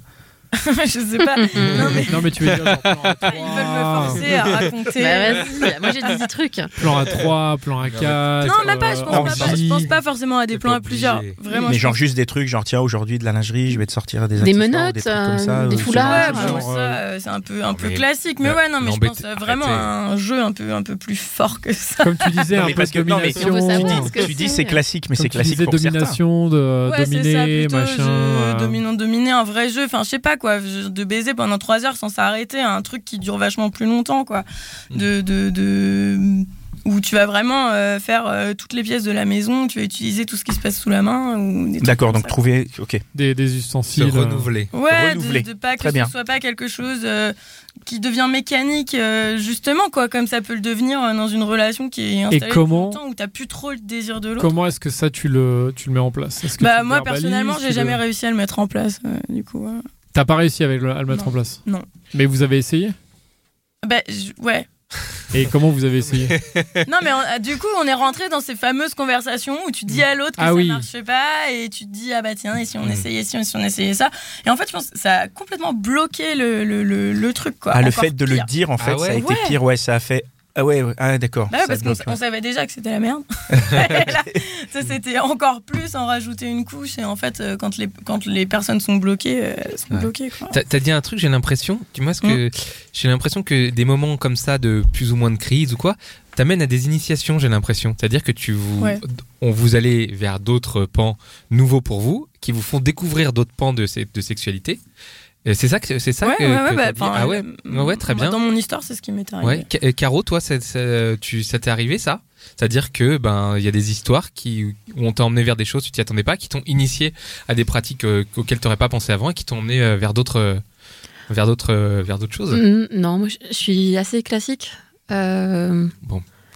S4: je sais pas.
S5: mm,
S4: non, mais Ah,
S3: Non, mais tu veux dire genre, plan à
S4: ils veulent me forcer à raconter.
S5: Bah,
S4: euh,
S5: vas-y, moi j'ai dit des trucs.
S3: plan à 3, plan à euh, 4.
S4: Non, même pas. Je pense, pas- pas, je pense pas forcément à des
S2: T'es
S4: plans
S2: pas
S4: à plusieurs.
S2: obligé.
S4: Vraiment.
S1: Mais
S4: je
S1: genre juste des trucs, genre tiens, aujourd'hui de la lingerie, je vais te sortir des
S5: Des
S1: accessoires,
S5: menottes,
S1: trucs comme ça,
S5: euh,
S1: ou
S5: des
S1: ce genre
S5: foulards,
S1: de
S4: Ouais,
S1: choses.
S4: bah,
S3: genre,
S4: ça, euh, c'est un peu, un peu
S2: mais-
S4: classique. Mais
S2: mais-
S4: ouais, non,
S2: mais
S4: mais, je pense
S2: embêtez-
S4: euh, vraiment à
S2: arrêtez.
S4: un jeu un peu, un peu plus fort que ça.
S3: Comme tu disais,
S1: Non,
S3: un
S1: mais
S3: peu de
S1: parce que- non, mais-
S3: domination.
S5: On veut savoir ce
S3: Comme
S5: que
S1: Tu dis c'est classique, mais c'est
S3: tu
S1: classique
S3: disais,
S1: pour certains.
S3: domination, de
S4: Ouais, c'est ça,
S3: dominer,
S4: plutôt,
S3: Euh, machin.
S4: jeu
S3: euh,
S4: Dominant, dominer, un vrai jeu. Enfin, je sais pas quoi, je- de baiser pendant trois heures sans s'arrêter, un truc qui dure vachement plus longtemps, quoi.
S3: Mm.
S4: De, de, de- où tu vas vraiment euh, faire euh, toutes les pièces de la maison, tu vas utiliser tout ce qui se passe sous la main. ou des trucs
S1: D'accord,
S4: comme
S1: donc
S4: ça.
S1: trouver. Ok.
S3: Des, des
S2: Se
S3: ustensiles. euh,
S2: renouveler.
S4: Ouais, de,
S1: renouveler.
S4: de pas que
S1: Très bien.
S4: ce soit pas quelque chose euh, qui devient mécanique, euh, justement, quoi, comme ça peut le devenir euh, dans une relation qui est installée
S3: comment-
S4: depuis longtemps, où t'as plus trop le désir de l'autre.
S3: Comment est-ce que ça, tu le, tu le mets en place Est-ce que tu
S4: Bah,
S3: le
S4: moi,
S3: verbalises,
S4: personnellement,
S3: tu
S4: j'ai
S3: le-
S4: jamais réussi à le mettre en place, euh, du coup. ouais.
S3: T'as pas réussi avec le- à le mettre
S4: Non.
S3: en place
S4: Non.
S3: Mais vous avez essayé
S4: Bah, je- ouais.
S3: Et comment vous avez essayé
S4: Non, mais on- ah, du coup, on est rentré dans ces fameuses conversations où tu dis à l'autre que
S3: Ah
S4: ça
S3: oui.
S4: marche pas et tu te dis, ah bah tiens, et si on
S2: Mm.
S4: essayait, si on, si on essayait ça. Et en fait, je pense que ça a complètement bloqué le, le, le, le truc, quoi.
S1: Ah, le
S4: Encore
S1: fait de le
S4: Bah, pire.
S1: dire, en fait,
S2: Ah ouais.
S1: ça a été
S4: Ouais.
S1: pire. Ouais, ça a fait. Ah ouais, ouais. ah d'accord.
S4: Bah ouais,
S1: Ça
S4: parce qu'on
S1: bloque,
S4: sa-
S1: ouais.
S4: on savait déjà que c'était la merde. Et là, ça,
S2: Mm.
S4: c'était encore plus en rajouter une couche. Et en fait, euh, quand les, quand les personnes sont bloquées, euh, elles sont
S2: Ouais.
S4: bloquées, quoi.
S2: T'as- T'as dit un truc, j'ai l'impression. Tu vois ce
S4: Mmh.
S2: que j'ai l'impression que des moments comme ça de plus ou moins de crise ou quoi t'amènent à des initiations. J'ai l'impression, c'est-à-dire que tu vous,
S4: Ouais.
S2: on vous allez vers d'autres pans nouveaux pour vous, qui vous font découvrir d'autres pans de, se- de sexualité. Et C'est ça que c'est ça
S4: Ouais,
S2: que,
S4: ouais,
S2: que
S4: ouais,
S2: t'as
S4: bah,
S2: dit.
S4: enfin,
S2: ah ouais,
S4: euh,
S2: ouais, très
S4: moi,
S2: bien.
S4: Dans mon histoire, c'est ce qui m'est arrivé.
S2: Ouais, Ca- euh, Caro, toi, ça, ça- tu, ça t'est arrivé ça C'est-à-dire que ben il y a des histoires qui où on t'a emmené vers des choses tu t'y attendais pas, qui t'ont initié à des pratiques euh, auxquelles t'aurais pas pensé avant et qui t'ont emmené euh, vers d'autres euh, vers d'autres euh, vers d'autres choses.
S5: Mm, Non, moi je je suis assez classique. Euh,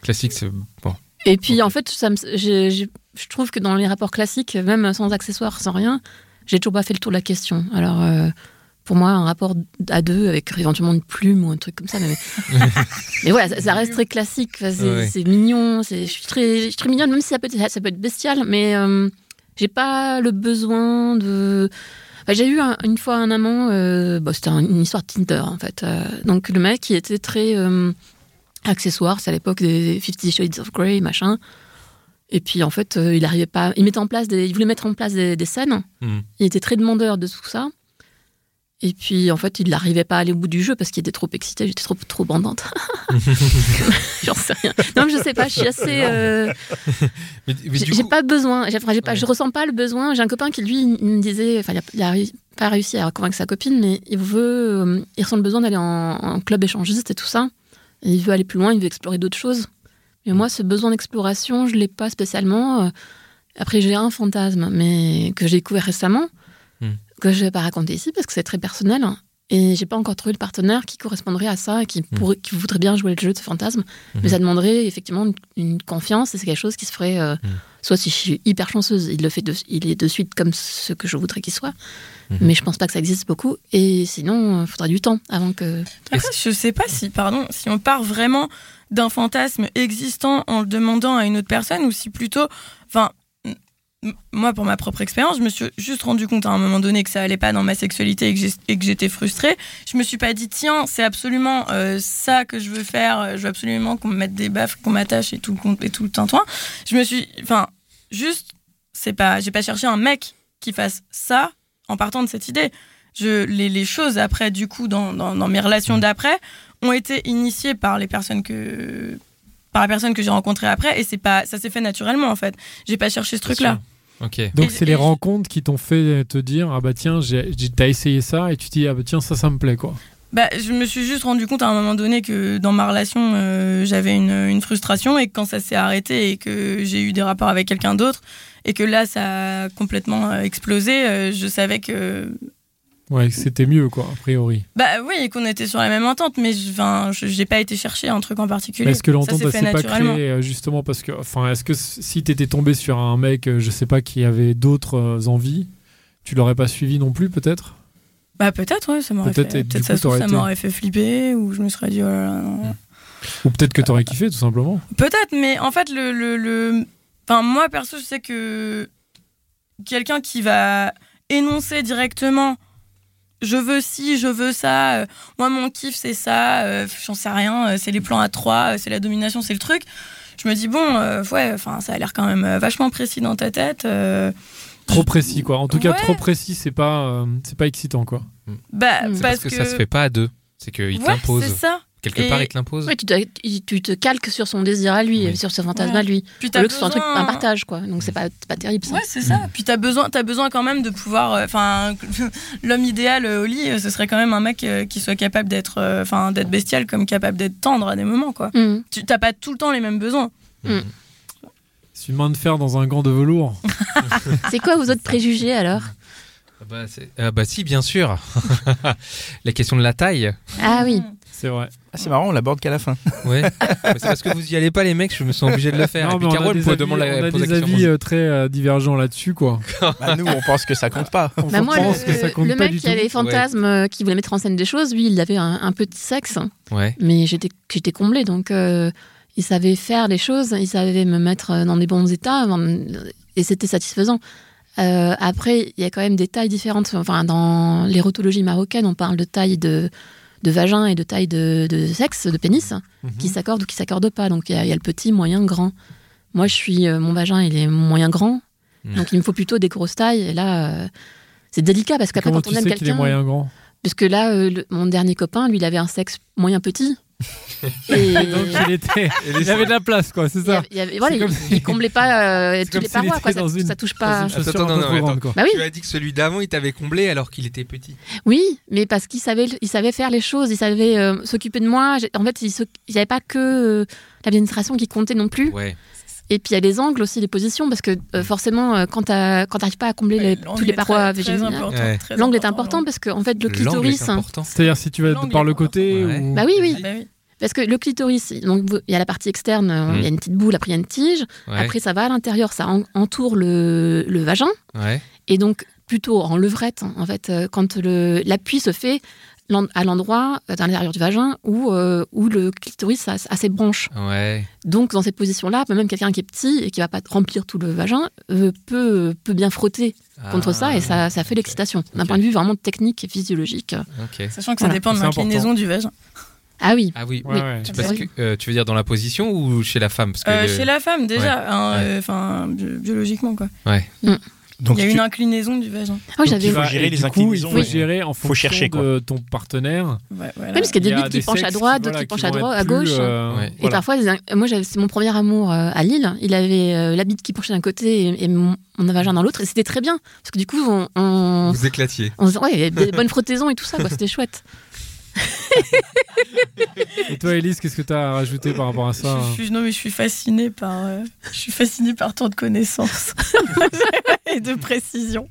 S2: Classique, c'est bon.
S5: Et puis
S2: Ok.
S5: en fait, ça me- j'ai- j'ai- je trouve que dans les rapports classiques, même sans accessoires, sans rien, j'ai toujours pas fait le tour de la question. Alors euh, pour moi, un rapport à deux avec éventuellement une plume ou un truc comme ça, mais, mais voilà, ça, ça reste très classique. Enfin, c'est
S2: Ouais.
S5: c'est mignon, c'est- je suis très, je suis très mignonne, même si ça peut être, ça peut être bestial, mais euh, j'ai pas le besoin de. Enfin, j'ai eu un- une fois un amant, euh, bah, c'était un- une histoire Tinder en fait. euh, donc le mec, il était très euh, accessoire, c'est à l'époque des 50 Shades of Grey, machin. Et puis en fait, euh, il arrivait pas. Il mettait en place des, il voulait mettre en place des, des scènes.
S2: Hmm.
S5: Il était très demandeur de tout ça. Et puis en fait, il n'arrivait pas à aller au bout du jeu parce qu'il était trop excité. J'étais trop trop bandante. J'en sais rien. Non, mais je sais pas. Je suis assez. euh,
S2: Mais, mais
S5: j'ai
S2: du
S5: j'ai
S2: coup,
S5: pas besoin. J'ai- enfin, j'ai pas,
S2: Ouais.
S5: Je ressens pas le besoin. J'ai un copain qui, lui, il me disait. Enfin, il a, il a réu- pas réussi à convaincre sa copine, mais il veut. euh, il ressent le besoin d'aller en, en club échangiste et tout ça. Et il veut aller plus loin, il veut explorer d'autres choses. Mais moi, ce besoin d'exploration, je l'ai pas spécialement. Euh, Après, j'ai un fantasme, mais que j'ai découvert récemment,
S2: Hmm.
S5: que je vais pas raconter ici parce que c'est très personnel. hein, Et j'ai pas encore trouvé le partenaire qui correspondrait à ça et qui,
S2: Hmm.
S5: pourrait, qui voudrait bien jouer le jeu de ce fantasme.
S2: Mhm.
S5: Mais ça demanderait effectivement une, une confiance et c'est quelque chose qui se ferait euh, Soit si je suis hyper chanceuse, il le fait, de, il est de suite comme ce que je voudrais qu'il soit.
S3: Mhm.
S5: Mais je pense pas que ça existe beaucoup. Et sinon, il faudra du temps avant que.
S4: Après, je sais pas si, pardon, si on part vraiment d'un fantasme existant en le demandant à une autre personne ou si plutôt, enfin, m- m- moi pour ma propre expérience, je me suis juste rendu compte à un moment donné que ça allait pas dans ma sexualité et que j'ai- et que j'étais frustrée. Je me suis pas dit tiens, c'est absolument euh, ça que je veux faire, je veux absolument qu'on me mette des baffes, qu'on m'attache et tout le con- et tout le tintouin. Je me suis, enfin, juste, c'est pas, j'ai pas cherché un mec qui fasse ça en partant de cette idée. Je, les, les choses après, du coup, dans, dans, dans mes relations d'après, ont été initiées par les personnes que par la personne que j'ai rencontrée après et c'est pas ça s'est fait naturellement en fait j'ai pas cherché ce truc là
S2: Ok.
S3: Donc
S4: Et-
S3: c'est
S4: et
S3: les
S4: je-
S3: rencontres qui t'ont fait te dire ah bah tiens j'ai- j'ai- t'as essayé ça et tu te dis ah bah tiens ça ça me plaît quoi.
S4: bah je me suis juste rendu compte à un moment donné que dans ma relation euh, j'avais une, une frustration et que quand ça s'est arrêté et que j'ai eu des rapports avec quelqu'un d'autre et que là ça a complètement euh, explosé euh, je savais que
S3: Ouais c'était mieux quoi a priori.
S4: bah oui et qu'on était sur la même entente mais je- enfin je- j'ai pas été chercher un truc en particulier
S3: Mais est-ce que
S4: Ça
S3: l'entente
S4: s'est
S3: elle
S4: fait
S3: s'est pas
S4: naturellement.
S3: créée euh, justement parce que enfin est-ce que s- si t'étais tombé sur un mec euh, je sais pas qui avait d'autres euh, envies tu l'aurais pas suivi non plus peut-être
S4: Bah peut-être, ouais, ça m'aurait
S3: Peut-être, et
S4: fait,
S3: du
S4: peut-être
S3: coup,
S4: ça, se trouve,
S3: t'aurais
S4: ça
S3: été-
S4: m'aurait fait flipper ou je me serais dit oh là là, non.
S3: ou peut-être que t'aurais kiffé tout simplement.
S4: Peut-être, mais en fait le, le, le- enfin moi perso je sais que quelqu'un qui va énoncer directement je veux ci, je veux ça, euh, moi mon kiff c'est ça, euh, j'en sais rien, euh, c'est les plans à trois, euh, c'est la domination, c'est le truc. Je me dis bon, euh, ouais, enfin ça a l'air quand même euh, vachement précis dans ta tête. euh,
S3: Trop précis quoi. En tout cas
S4: Ouais.
S3: trop précis c'est pas euh, c'est pas excitant quoi.
S4: bah parce,
S5: Mm. C'est
S2: C'est parce que, ça se fait pas à deux. C'est qu'il
S4: Ouais, c'est
S2: t'impose.
S4: ça.
S2: Quelque
S4: Et-
S2: part, il te l'impose.
S5: Ouais, tu, dois- il- tu te calques sur son désir à lui,
S2: Oui.
S5: sur ce fantasme
S4: Ouais.
S5: à lui.
S4: Puis
S5: Au
S4: t'as
S5: lieu que ce soit un truc,
S4: besoin- hein.
S5: un partage, quoi. Donc c'est pas, c'est pas terrible ça.
S4: Ouais, c'est ça.
S5: Mm.
S4: Puis t'as besoin, t'as besoin quand même de pouvoir. euh, Enfin, l'homme idéal euh, au lit, euh, ce serait quand même un mec euh, qui soit capable d'être, euh, enfin, d'être bestial, comme capable d'être tendre à des moments, quoi.
S5: Mm.
S4: Tu t'as pas tout le temps les mêmes besoins.
S2: Mm.
S3: C'est une main de fer dans un gant de velours.
S5: C'est quoi vos autres préjugés alors
S2: Ah bah, c'est- ah bah si, bien sûr. la question de la taille.
S5: Ah oui.
S3: C'est vrai.
S1: Ah, c'est marrant, on l'aborde qu'à la fin.
S2: Ouais. Mais c'est parce que vous y allez pas, les mecs. Je me sens obligé de le faire.
S3: Non,
S2: Et puis
S3: mais on a
S2: Carole
S3: des
S2: pourrait
S3: avis-
S2: demander la-
S3: on a
S2: poser la
S3: des
S2: question.
S3: avis euh, très euh, divergents là-dessus quoi.
S1: Bah, nous, on pense que ça compte pas.
S3: On
S5: Bah, moi,
S3: pense
S5: le,
S3: que ça compte
S5: le
S3: pas
S5: mec
S3: du
S5: qui
S3: tout.
S5: avait des fantasmes, euh, qui voulait mettre en scène des choses, lui, il avait un, un petit sexe,
S2: Ouais.
S5: mais j'étais j'étais comblée. Donc, euh, il savait faire les choses, il savait me mettre euh, dans des bons états, euh, et c'était satisfaisant. Euh, après, il y a quand même des tailles différentes. Enfin, dans l'érotologie marocaine, on parle de taille de, de vagin et de taille de, de sexe, de pénis, hein,
S3: Mhm.
S5: qui s'accordent ou qui s'accordent pas. Donc, il y, a- il y a le petit, moyen, grand. Moi, je suis euh, mon vagin, il est moyen grand,
S3: Mmh.
S2: Mhm.
S5: donc il me faut plutôt des grosses tailles. Et là, euh, c'est délicat parce qu'après,
S3: Comment
S5: quand on
S3: tu
S5: aime
S3: sais qu'il est
S5: quelqu'un,
S3: moyen grand
S5: parce que là, euh, le- mon dernier copain, lui, il avait un sexe moyen petit. Et
S3: Donc il était, il avait de la place quoi, c'est
S5: il y
S3: ça.
S5: avait- il y avait- voilà,
S3: C'est
S5: il,
S3: comme
S5: il comblait pas euh, tous
S3: comme
S5: les
S3: s'il
S5: parois,
S3: était
S5: quoi. Ça,
S3: dans une-
S5: ça touche pas.
S3: Dans une
S2: Attends,
S3: chaussure un
S2: non, non,
S3: peu trop grande,
S2: attends.
S3: quoi.
S5: Bah oui,
S2: Tu as dit que celui d'avant, il t'avait comblé alors qu'il était petit.
S5: oui, mais parce qu'il savait, il savait faire les choses, il savait euh, s'occuper de moi. J'ai- En fait, il n'y avait pas que euh, l'administration qui comptait non plus.
S2: Ouais.
S5: Et puis il y a les angles aussi, les positions, parce que euh, forcément, euh, quand t'as- quand t'arrives pas à combler les-
S4: L'angle
S5: toutes les
S4: est
S5: parois
S4: très- très
S5: végétales,
S4: important,
S2: Ouais.
S4: très hein.
S5: l'angle est important parce que en fait, le
S2: L'angle
S5: clitoris. hein.
S2: est important.
S3: C'est-à-dire si tu vas
S4: L'angle
S3: par
S4: est
S3: le
S4: important.
S3: côté
S2: Ouais.
S3: ou-
S5: Bah oui, oui.
S4: Bah oui.
S5: Parce que le clitoris, donc vous- il y a la partie externe, euh,
S2: Mm.
S5: il y a une petite boule, après il y a une tige,
S2: Ouais.
S5: après ça va à l'intérieur, ça en- entoure le, le vagin,
S2: Ouais.
S5: et donc plutôt en levrette, hein, en fait, euh, quand le- l'appui se fait l'en- à l'endroit, euh, à l'intérieur du vagin, où, euh, où le clitoris a, a ses branches.
S2: Ouais.
S5: Donc dans cette position-là, même quelqu'un qui est petit et qui va pas remplir tout le vagin euh, peut, peut bien frotter contre
S2: Ah,
S5: ça, et ça, ça fait
S2: ok.
S5: l'excitation, d'un
S2: Ok.
S5: point de vue vraiment technique et physiologique.
S2: Ok.
S4: Sachant que ça
S5: Voilà.
S4: dépend de
S3: C'est important.
S4: l'inclinaison du vagin.
S5: Ah oui,
S2: Ah oui.
S3: Ouais,
S5: Oui.
S3: ouais.
S2: Tu-
S5: Bah
S2: parce
S5: oui.
S2: que, euh, tu veux dire dans la position ou chez la femme Parce que
S4: Euh,
S2: le-
S4: Chez la femme déjà, hein,
S2: Ouais.
S4: euh, enfin bi- biologiquement quoi.
S1: Donc,
S4: Il y a
S1: tu-
S4: une inclinaison du vagin.
S5: Ah oui,
S3: Donc,
S5: j'avais...
S3: il
S1: faut
S3: va-
S1: gérer
S3: et
S1: les
S3: du coup,
S1: inclinaisons,
S3: Il faut
S1: ouais.
S3: gérer en fonction
S1: chercher, quoi.
S3: de ton partenaire.
S4: Ouais, voilà.
S5: Oui, parce qu'il y a des
S3: Il
S5: mecs qui
S3: des
S5: penchent à
S3: sexes
S5: droite, d'autres
S3: voilà,
S5: qui penchent à
S3: vont
S5: droite, à
S3: être plus,
S5: gauche.
S3: euh,
S2: Ouais. Et
S5: Et
S3: voilà.
S5: parfois, les in- moi, j'avais- c'est mon premier amour euh, à Lille. Il avait euh, la bite qui penchait d'un côté et, et mon, mon vagin dans l'autre. Et c'était très bien. Parce que du coup, on, on,
S2: Vous éclatiez.
S5: on se- ouais, il y avait des bonnes frottaisons et tout ça. quoi, C'était chouette.
S3: Et toi, Elise, qu'est-ce que tu as rajouté par rapport à ça hein.
S4: Je, suis, non, mais je suis fascinée par, euh, je suis fascinée par tant de connaissances et de précision.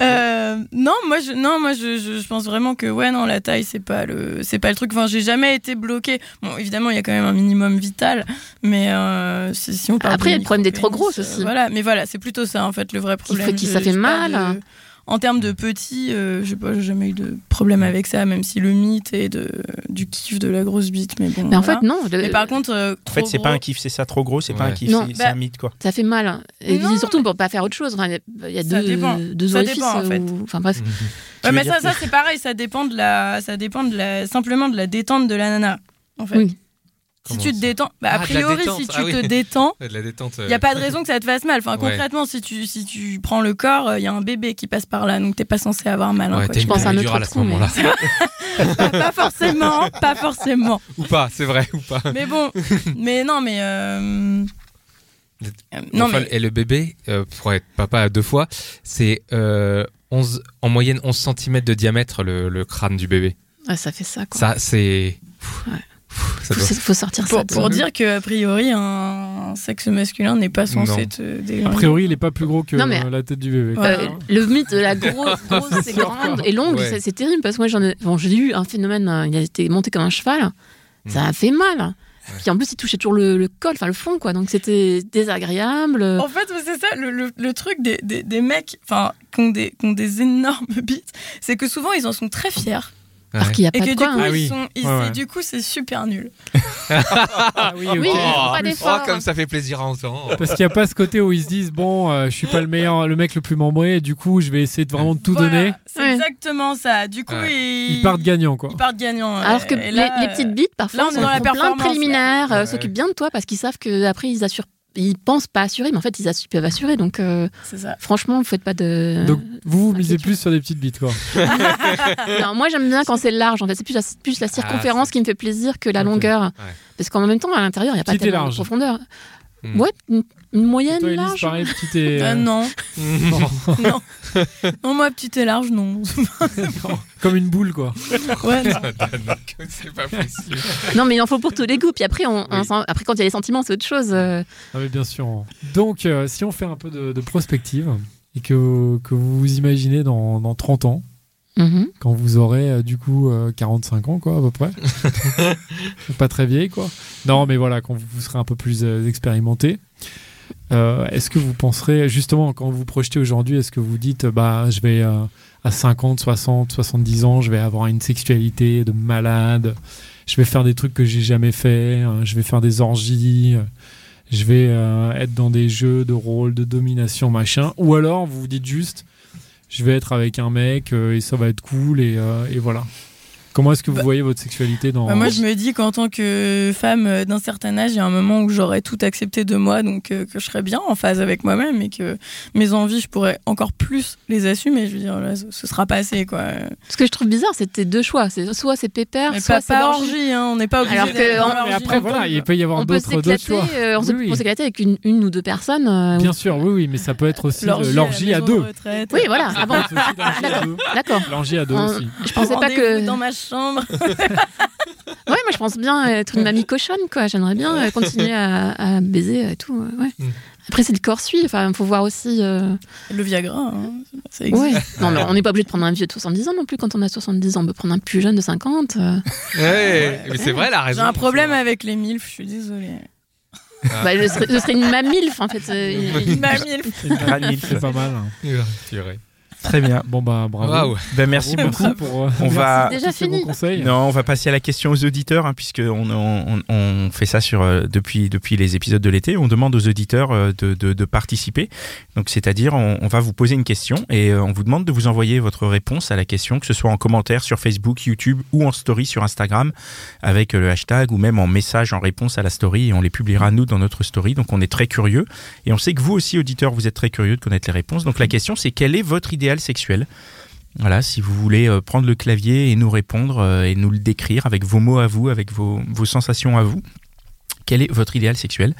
S4: Euh, non, moi, je, non, moi, je, je, je pense vraiment que ouais, non, la taille, c'est pas le, c'est pas le truc. Enfin, j'ai jamais été bloquée. Bon, évidemment, il y a quand même un minimum vital, mais euh, si, si on parle
S5: Après, il y a
S4: de
S5: le problème d'être trop
S4: micro-pénis,
S5: grosse aussi.
S4: voilà, mais voilà, c'est plutôt ça en fait le vrai problème.
S5: fait- qui- ça
S4: Je-
S5: fait
S4: je parle
S5: mal.
S4: de- en termes de petit, euh, je sais pas, j'ai jamais eu de problème avec ça, même si le mythe est de, du kiff de la grosse bite. Mais bon.
S5: Mais en
S4: voilà.
S5: fait, non. le-
S4: Mais par contre, euh,
S1: En
S4: trop
S1: fait, c'est pas
S4: gros-
S1: un kiff, c'est ça trop gros, c'est pas un
S2: Ouais.
S1: kiff,
S5: Non.
S1: c'est c'est
S4: Bah,
S1: un mythe quoi.
S5: Ça fait mal. Et
S4: Non,
S5: surtout, on ne peut pas faire autre chose. Enfin, Il y a- il y a
S4: Ça
S5: deux,
S4: dépend.
S5: deux
S4: Ça
S5: orifices.
S4: dépend, en
S5: euh,
S4: fait.
S5: où- Enfin bref.
S1: Tu
S4: Ouais,
S1: veux
S4: mais
S1: dire
S4: ça,
S1: que-
S4: ça c'est pareil, ça dépend de la, ça dépend de la, simplement de la détente de la nana. En fait,
S5: Oui.
S4: si
S2: Comment
S4: tu te
S2: ça
S4: détends, bah, a
S2: Ah, de la
S4: priori,
S2: détente,
S4: si tu
S2: ah oui.
S4: te détends,
S2: De la détente. euh,
S4: il y a pas de raison que ça te fasse mal. Enfin,
S2: Ouais.
S4: concrètement, si tu, si tu prends le corps, il y a un bébé qui passe par là, donc t'es pas censé avoir mal. hein,
S2: Ouais,
S4: quoi.
S2: t'as une
S5: pense à un autre
S2: péridurale à ce
S5: trou, mais-
S2: moment-là.
S4: pas, pas forcément, pas forcément.
S2: ou pas, c'est vrai, ou pas.
S4: Mais bon, mais non, mais. euh, euh, non,
S2: Enfin,
S4: mais.
S2: Et le bébé, euh, pour être papa à deux fois, c'est euh, 11 en moyenne 11 cm de diamètre le, le crâne du bébé.
S5: Ouais, ça fait ça. Quoi.
S2: Ça, c'est.
S5: Ouais.
S2: Pfff, ça
S5: faut,
S2: doit-
S5: c'est- faut sortir ça.
S4: Pour,
S5: de-
S4: pour dire que a priori un sexe masculin n'est pas censé
S2: Non.
S4: te
S3: A
S4: déglinguer.
S3: priori, il est pas plus gros que
S5: Non, mais-
S3: euh, la tête du bébé.
S5: Euh,
S4: Ouais.
S5: le mythe de la grosse, grosse et grande et longue,
S2: Ouais.
S5: c'est- c'est terrible parce que moi j'en ai, bon, j'ai eu un phénomène, hein, il a été monté comme un cheval,
S4: Mm.
S5: ça a fait mal. Puis en plus il touchait toujours le, le col, enfin le fond quoi, donc c'était désagréable.
S4: En fait, c'est ça, le, le- le truc des, des, des mecs enfin, qui, ont des, qui ont des énormes bites, c'est que souvent, ils en sont très fiers.
S5: Alors
S2: Ouais.
S5: qu'il n'y a
S4: Et
S5: pas
S4: que du
S5: de quoi.
S4: coup,
S5: hein.
S3: Ah oui.
S4: ils sont, ils-
S3: Ouais, ouais.
S4: et du coup, c'est super nul.
S3: oui,
S5: ok. Oui, ils font pas d'efforts.
S2: Oh, comme ça fait plaisir à entendre.
S3: Parce qu'il n'y a pas ce côté où ils se disent bon, euh, je suis pas le meilleur, le mec le plus membré, et du coup, je vais essayer de vraiment tout
S4: Voilà,
S3: donner.
S4: C'est
S5: Ouais.
S4: exactement ça. Du coup,
S2: Ouais.
S4: ils,
S3: Ils partent gagnant quoi.
S4: ils partent gagnants.
S5: Alors que
S4: Et
S5: les,
S4: là, euh,
S5: les petites bites
S4: là, on
S5: parfois
S4: est
S5: sont
S4: dans la
S5: plein de
S4: performance,
S5: préliminaires, euh,
S2: ouais.
S5: s'occupent bien de toi parce qu'ils savent que après ils assurent, ils pensent pas assurer, mais en fait ils, assurent, ils peuvent assurer. Donc euh,
S4: euh, C'est ça.
S5: franchement, vous faites pas de.
S3: Donc vous, vous
S4: Ah,
S3: misez
S5: inquiétude.
S3: plus sur des petites bites quoi.
S5: Non, moi j'aime bien quand c'est large en fait, c'est plus la, plus la circonférence
S2: Ah, c'est-
S5: qui me fait plaisir que la
S3: Ok.
S5: longueur.
S2: Ouais.
S5: Parce qu'en même temps, à l'intérieur, il n'y a pas
S3: Petite et
S5: tellement de
S3: large.
S5: profondeur.
S2: Hmm.
S5: Ouais, une, une
S3: Et
S5: moyenne
S3: Toi, Elise,
S5: large.
S3: pareil, petite et. euh,
S4: Ah non,
S2: Non.
S4: non. non, moi, petit et large, non.
S3: euh, Comme une boule quoi.
S4: ouais, non.
S2: c'est pas possible.
S5: Non, mais il en faut pour tous les goûts. Puis après, on, on s'en- après quand il y a les sentiments, c'est autre chose. Euh,
S3: Ah oui, bien sûr. Donc, euh, si on fait un peu de, de prospective et que, que vous vous imaginez dans, dans 30 ans,
S5: mhm.
S3: quand vous aurez euh, du coup euh, 45 ans, quoi, à peu près. pas très vieille, quoi. Non, mais voilà, quand vous, vous serez un peu plus euh, expérimenté. euh, est-ce que vous penserez, justement, quand vous vous projetez aujourd'hui, est-ce que vous dites, euh, bah, je vais euh, à 50, 60, 70 ans, je vais avoir une sexualité de malade, je vais faire des trucs que j'ai jamais fait, hein, je vais faire des orgies, euh, je vais euh, être dans des jeux de rôle, de domination, machin. Ou alors, vous vous dites juste, je vais être avec un mec euh, et ça va être cool et, euh, et voilà. Comment est-ce que vous
S4: Bah-
S3: voyez votre sexualité dans...
S4: Bah, moi, je me dis qu'en tant que femme euh, d'un certain âge, il y a un moment où j'aurais tout accepté de moi, donc euh, que je serais bien en phase avec moi-même et que mes envies, je pourrais encore plus les assumer. Je veux dire, là, ce ce sera passé, quoi.
S5: Ce que je trouve bizarre, c'est tes deux choix. C'est soit c'est pépère,
S4: Mais
S5: soit
S4: pas,
S5: c'est
S4: pas
S5: l'orgie.
S4: orgie, hein, on n'est pas obligé
S5: Alors que
S4: d'aller dans
S5: on-
S4: l'orgie
S3: Mais après,
S4: non
S3: voilà,
S4: plus.
S3: il peut y avoir
S5: On peut
S3: d'autres d'autres
S5: s'éclater,
S3: choix.
S5: euh, on se-
S3: Oui, oui.
S5: on s'éclater avec une, une ou deux personnes. euh,
S3: Bien sûr, oui, oui, mais ça peut être aussi le-
S4: à la
S3: l'orgie à
S4: maison de
S3: deux.
S4: retraite.
S5: Oui, voilà. Ah bon,
S3: Ça peut être aussi l'orgie à deux.
S5: D'accord.
S3: L'orgie à deux
S5: On-
S3: aussi.
S5: Je pensais pas
S4: Rendez-vous
S5: que.
S4: dans ma chambre.
S5: Ouais, moi je pense bien être une mamie cochonne, quoi. J'aimerais bien euh, continuer à, à baiser et tout. euh, ouais.
S2: Hmm.
S5: Après, c'est le corps suit. Enfin, faut voir aussi. euh,
S4: Le Viagra, hein, ça existe.
S5: Ouais. Non, mais on n'est pas obligé de prendre un vieux de 70 ans non plus. Quand on a 70 ans, on peut prendre un plus jeune de 50. euh.
S2: Ouais, mais Ah c'est vrai, la raison.
S4: J'ai un problème avec les MILF, je suis désolée.
S5: Bah, je, serais, je serais une mamilf en fait. euh, il- il-
S4: Ma MILF.
S3: C'est une
S1: grande
S3: grande-
S1: milf.
S3: C'est pas mal. hein.
S2: Purée.
S1: Très bien.
S3: Bon, bah, bravo.
S2: Waouh.
S1: Ben, merci
S3: Bravo,
S1: beaucoup.
S3: pour. euh,
S1: On va.
S5: Déjà
S3: tous ces bons
S5: fini.
S3: conseils.
S1: Non, on va passer à la question aux auditeurs, hein, puisque on, on- on fait ça sur, euh, depuis, depuis les épisodes de l'été. On demande aux auditeurs euh, de, de- de participer. Donc, c'est-à-dire, on, on va vous poser une question et euh, on vous demande de vous envoyer votre réponse à la question, que ce soit en commentaire sur Facebook, YouTube ou en story sur Instagram, avec euh, le hashtag ou même en message en réponse à la story. Et on les publiera, nous, dans notre story. Donc, on est très curieux. Et on sait que vous aussi, auditeurs, vous êtes très curieux de connaître les réponses. Donc, la question, c'est quel est votre idéal sexuel voilà, si vous voulez euh, prendre le clavier et nous répondre euh, et nous le décrire avec vos mots à vous, avec vos, vos sensations à vous, quel quel est votre idéal sexuel.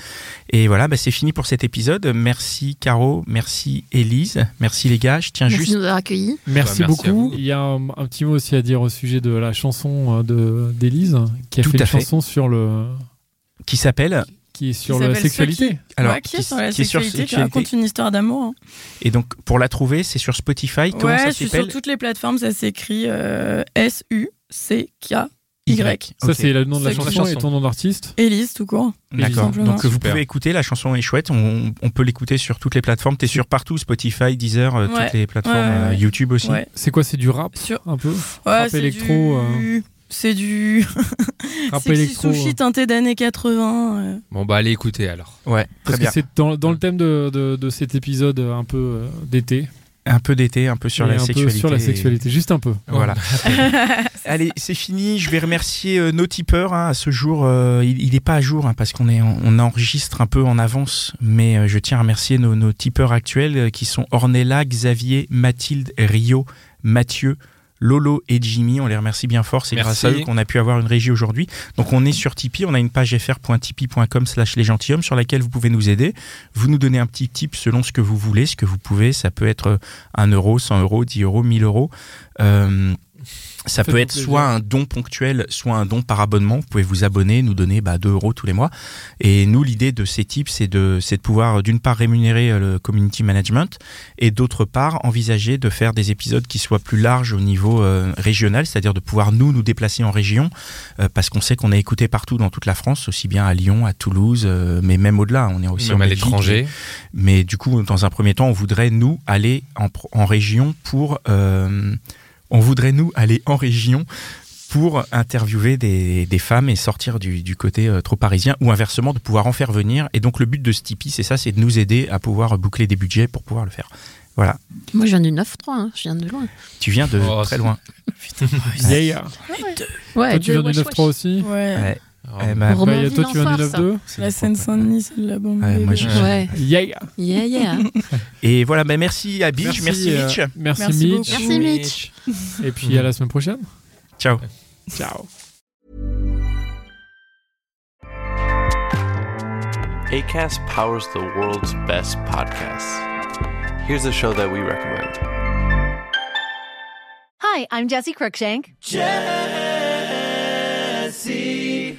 S1: Et voilà, bah, c'est fini pour cet épisode. Merci Caro, merci Élise, merci les gars. Je tiens
S5: Merci
S1: juste
S5: de nous avoir accueillis.
S3: Merci,
S2: Bah, merci à
S3: beaucoup.
S2: vous.
S3: Il y a un, un petit mot aussi à dire au sujet de la chanson euh, de d'Élise qui a
S1: Tout
S3: fait
S1: à
S3: une
S1: fait.
S3: chanson sur le
S1: qui s'appelle.
S3: qui est sur
S4: Qui
S3: la
S4: s'appelle
S3: sexualité.
S1: Alors,
S4: Ouais, qui est sur
S1: qui
S4: la
S1: qui est sur
S4: sexualité, qui
S1: sexualité.
S4: raconte une histoire d'amour. hein.
S1: Et donc pour la trouver, c'est sur Spotify. Comment
S4: Ouais,
S1: ça
S4: je suis sur
S1: s'appelle
S4: toutes les plateformes, ça s'écrit euh, S-U-C-K-Y.
S3: Ça
S1: Ok.
S3: c'est le nom de la
S2: C'est
S3: chanson,
S2: la chanson.
S3: et ton nom d'artiste.
S4: Élise, tout court.
S1: D'accord.
S4: Simplement.
S1: Donc vous
S2: Super.
S1: pouvez écouter, la chanson est chouette. On, on peut l'écouter sur toutes les plateformes. T'es sur partout, Spotify, Deezer, euh,
S4: Ouais.
S1: toutes les plateformes,
S4: Ouais, ouais,
S1: euh,
S4: ouais.
S1: YouTube aussi.
S4: Ouais.
S3: C'est quoi C'est du rap
S4: Sur...
S3: un peu
S4: Ouais,
S3: Rap
S4: c'est
S3: électro,
S4: du...
S1: hein.
S4: C'est du...
S3: Rap
S4: sexy
S3: électro. euh.
S4: sushi teinté d'années 80. E euh.
S2: Bon, bah allez écouter alors.
S1: Ouais, très
S3: Parce
S1: bien. Mm.
S3: que c'est dans, dans le thème de, de- de cet épisode euh, un peu euh, d'été.
S1: Un peu d'été, un peu sur
S3: Et
S1: la
S3: un peu
S1: sexualité.
S3: Sur la sexualité, juste un peu.
S1: Voilà. Allez, c'est fini. Je vais remercier euh, nos tipeurs. hein. à ce jour, euh, il n'est pas à jour hein, parce qu'on est, on enregistre un peu en avance. Mais euh, je tiens à remercier nos, nos tipeurs actuels euh, qui sont Ornella, Xavier, Mathilde, Rio, Mathieu. Lolo et Jimmy, on les remercie bien fort, c'est grâce à
S2: Merci.
S1: eux qu'on a pu avoir une régie aujourd'hui. Donc on est sur Tipeee, on a une page fr.tipeee.com slash les gentilshommes sur laquelle vous pouvez nous aider. Vous nous donnez un petit tip selon ce que vous voulez, ce que vous pouvez, ça peut être 1 euro, 100 euros, 10 euros, 1000 euros. Euh, ça
S3: Faites-nous
S1: peut être
S3: plaisir.
S1: soit un don ponctuel, soit un don par abonnement. Vous pouvez vous abonner, nous donner bah, 2 euros tous les mois. Et nous, l'idée de ces tips, c'est de, c'est de pouvoir d'une part rémunérer euh, le community management et d'autre part envisager de faire des épisodes qui soient plus larges au niveau euh, régional, c'est-à-dire de pouvoir nous nous déplacer en région euh, parce qu'on sait qu'on est écouté partout dans toute la France, aussi bien à Lyon, à Toulouse, euh, mais même au-delà. On est aussi
S2: Même
S1: en
S2: à
S1: Belgique.
S2: l'étranger.
S1: Mais du coup, dans un premier temps, on voudrait nous aller en, pro- en région pour. euh, on voudrait nous aller en région pour interviewer des, des femmes et sortir du, du côté euh, trop parisien ou inversement de pouvoir en faire venir. Et donc le but de ce Tipeee, c'est ça, c'est de nous aider à pouvoir boucler des budgets pour pouvoir le faire. Voilà.
S5: Moi, je viens du 9-3, hein, je viens de loin.
S1: Tu viens de
S2: Oh,
S1: très
S2: c'est-
S1: loin. Ah,
S3: Yeah.
S5: Ouais,
S3: Toi tu viens du 9-3 aussi
S4: Ouais.
S1: Ouais. Eh
S2: Oh,
S1: ben,
S5: Romain
S3: Bah, y a- Toi tu viens du
S5: Villenfort,
S1: c'est
S3: 9-2
S5: ça.
S4: La
S1: bon, ouais.
S4: Seine-Saint-Denis, c'est de la bombe.
S1: Ouais, moi,
S4: bébé.
S1: je-
S5: Ouais,
S3: Yeah.
S5: yeah, yeah.
S1: Et voilà, ben merci à Beach, merci,
S3: euh,
S1: Mitch.
S3: Merci,
S4: Merci
S3: Mitch.
S4: beaucoup.
S5: Merci, Mitch.
S3: Et puis à la semaine prochaine.
S1: Ciao.
S3: Ciao.
S7: ACAST powers the world's best podcasts. Here's a show that we recommend.
S8: Hi, I'm Jesse Cruikshank. Jesse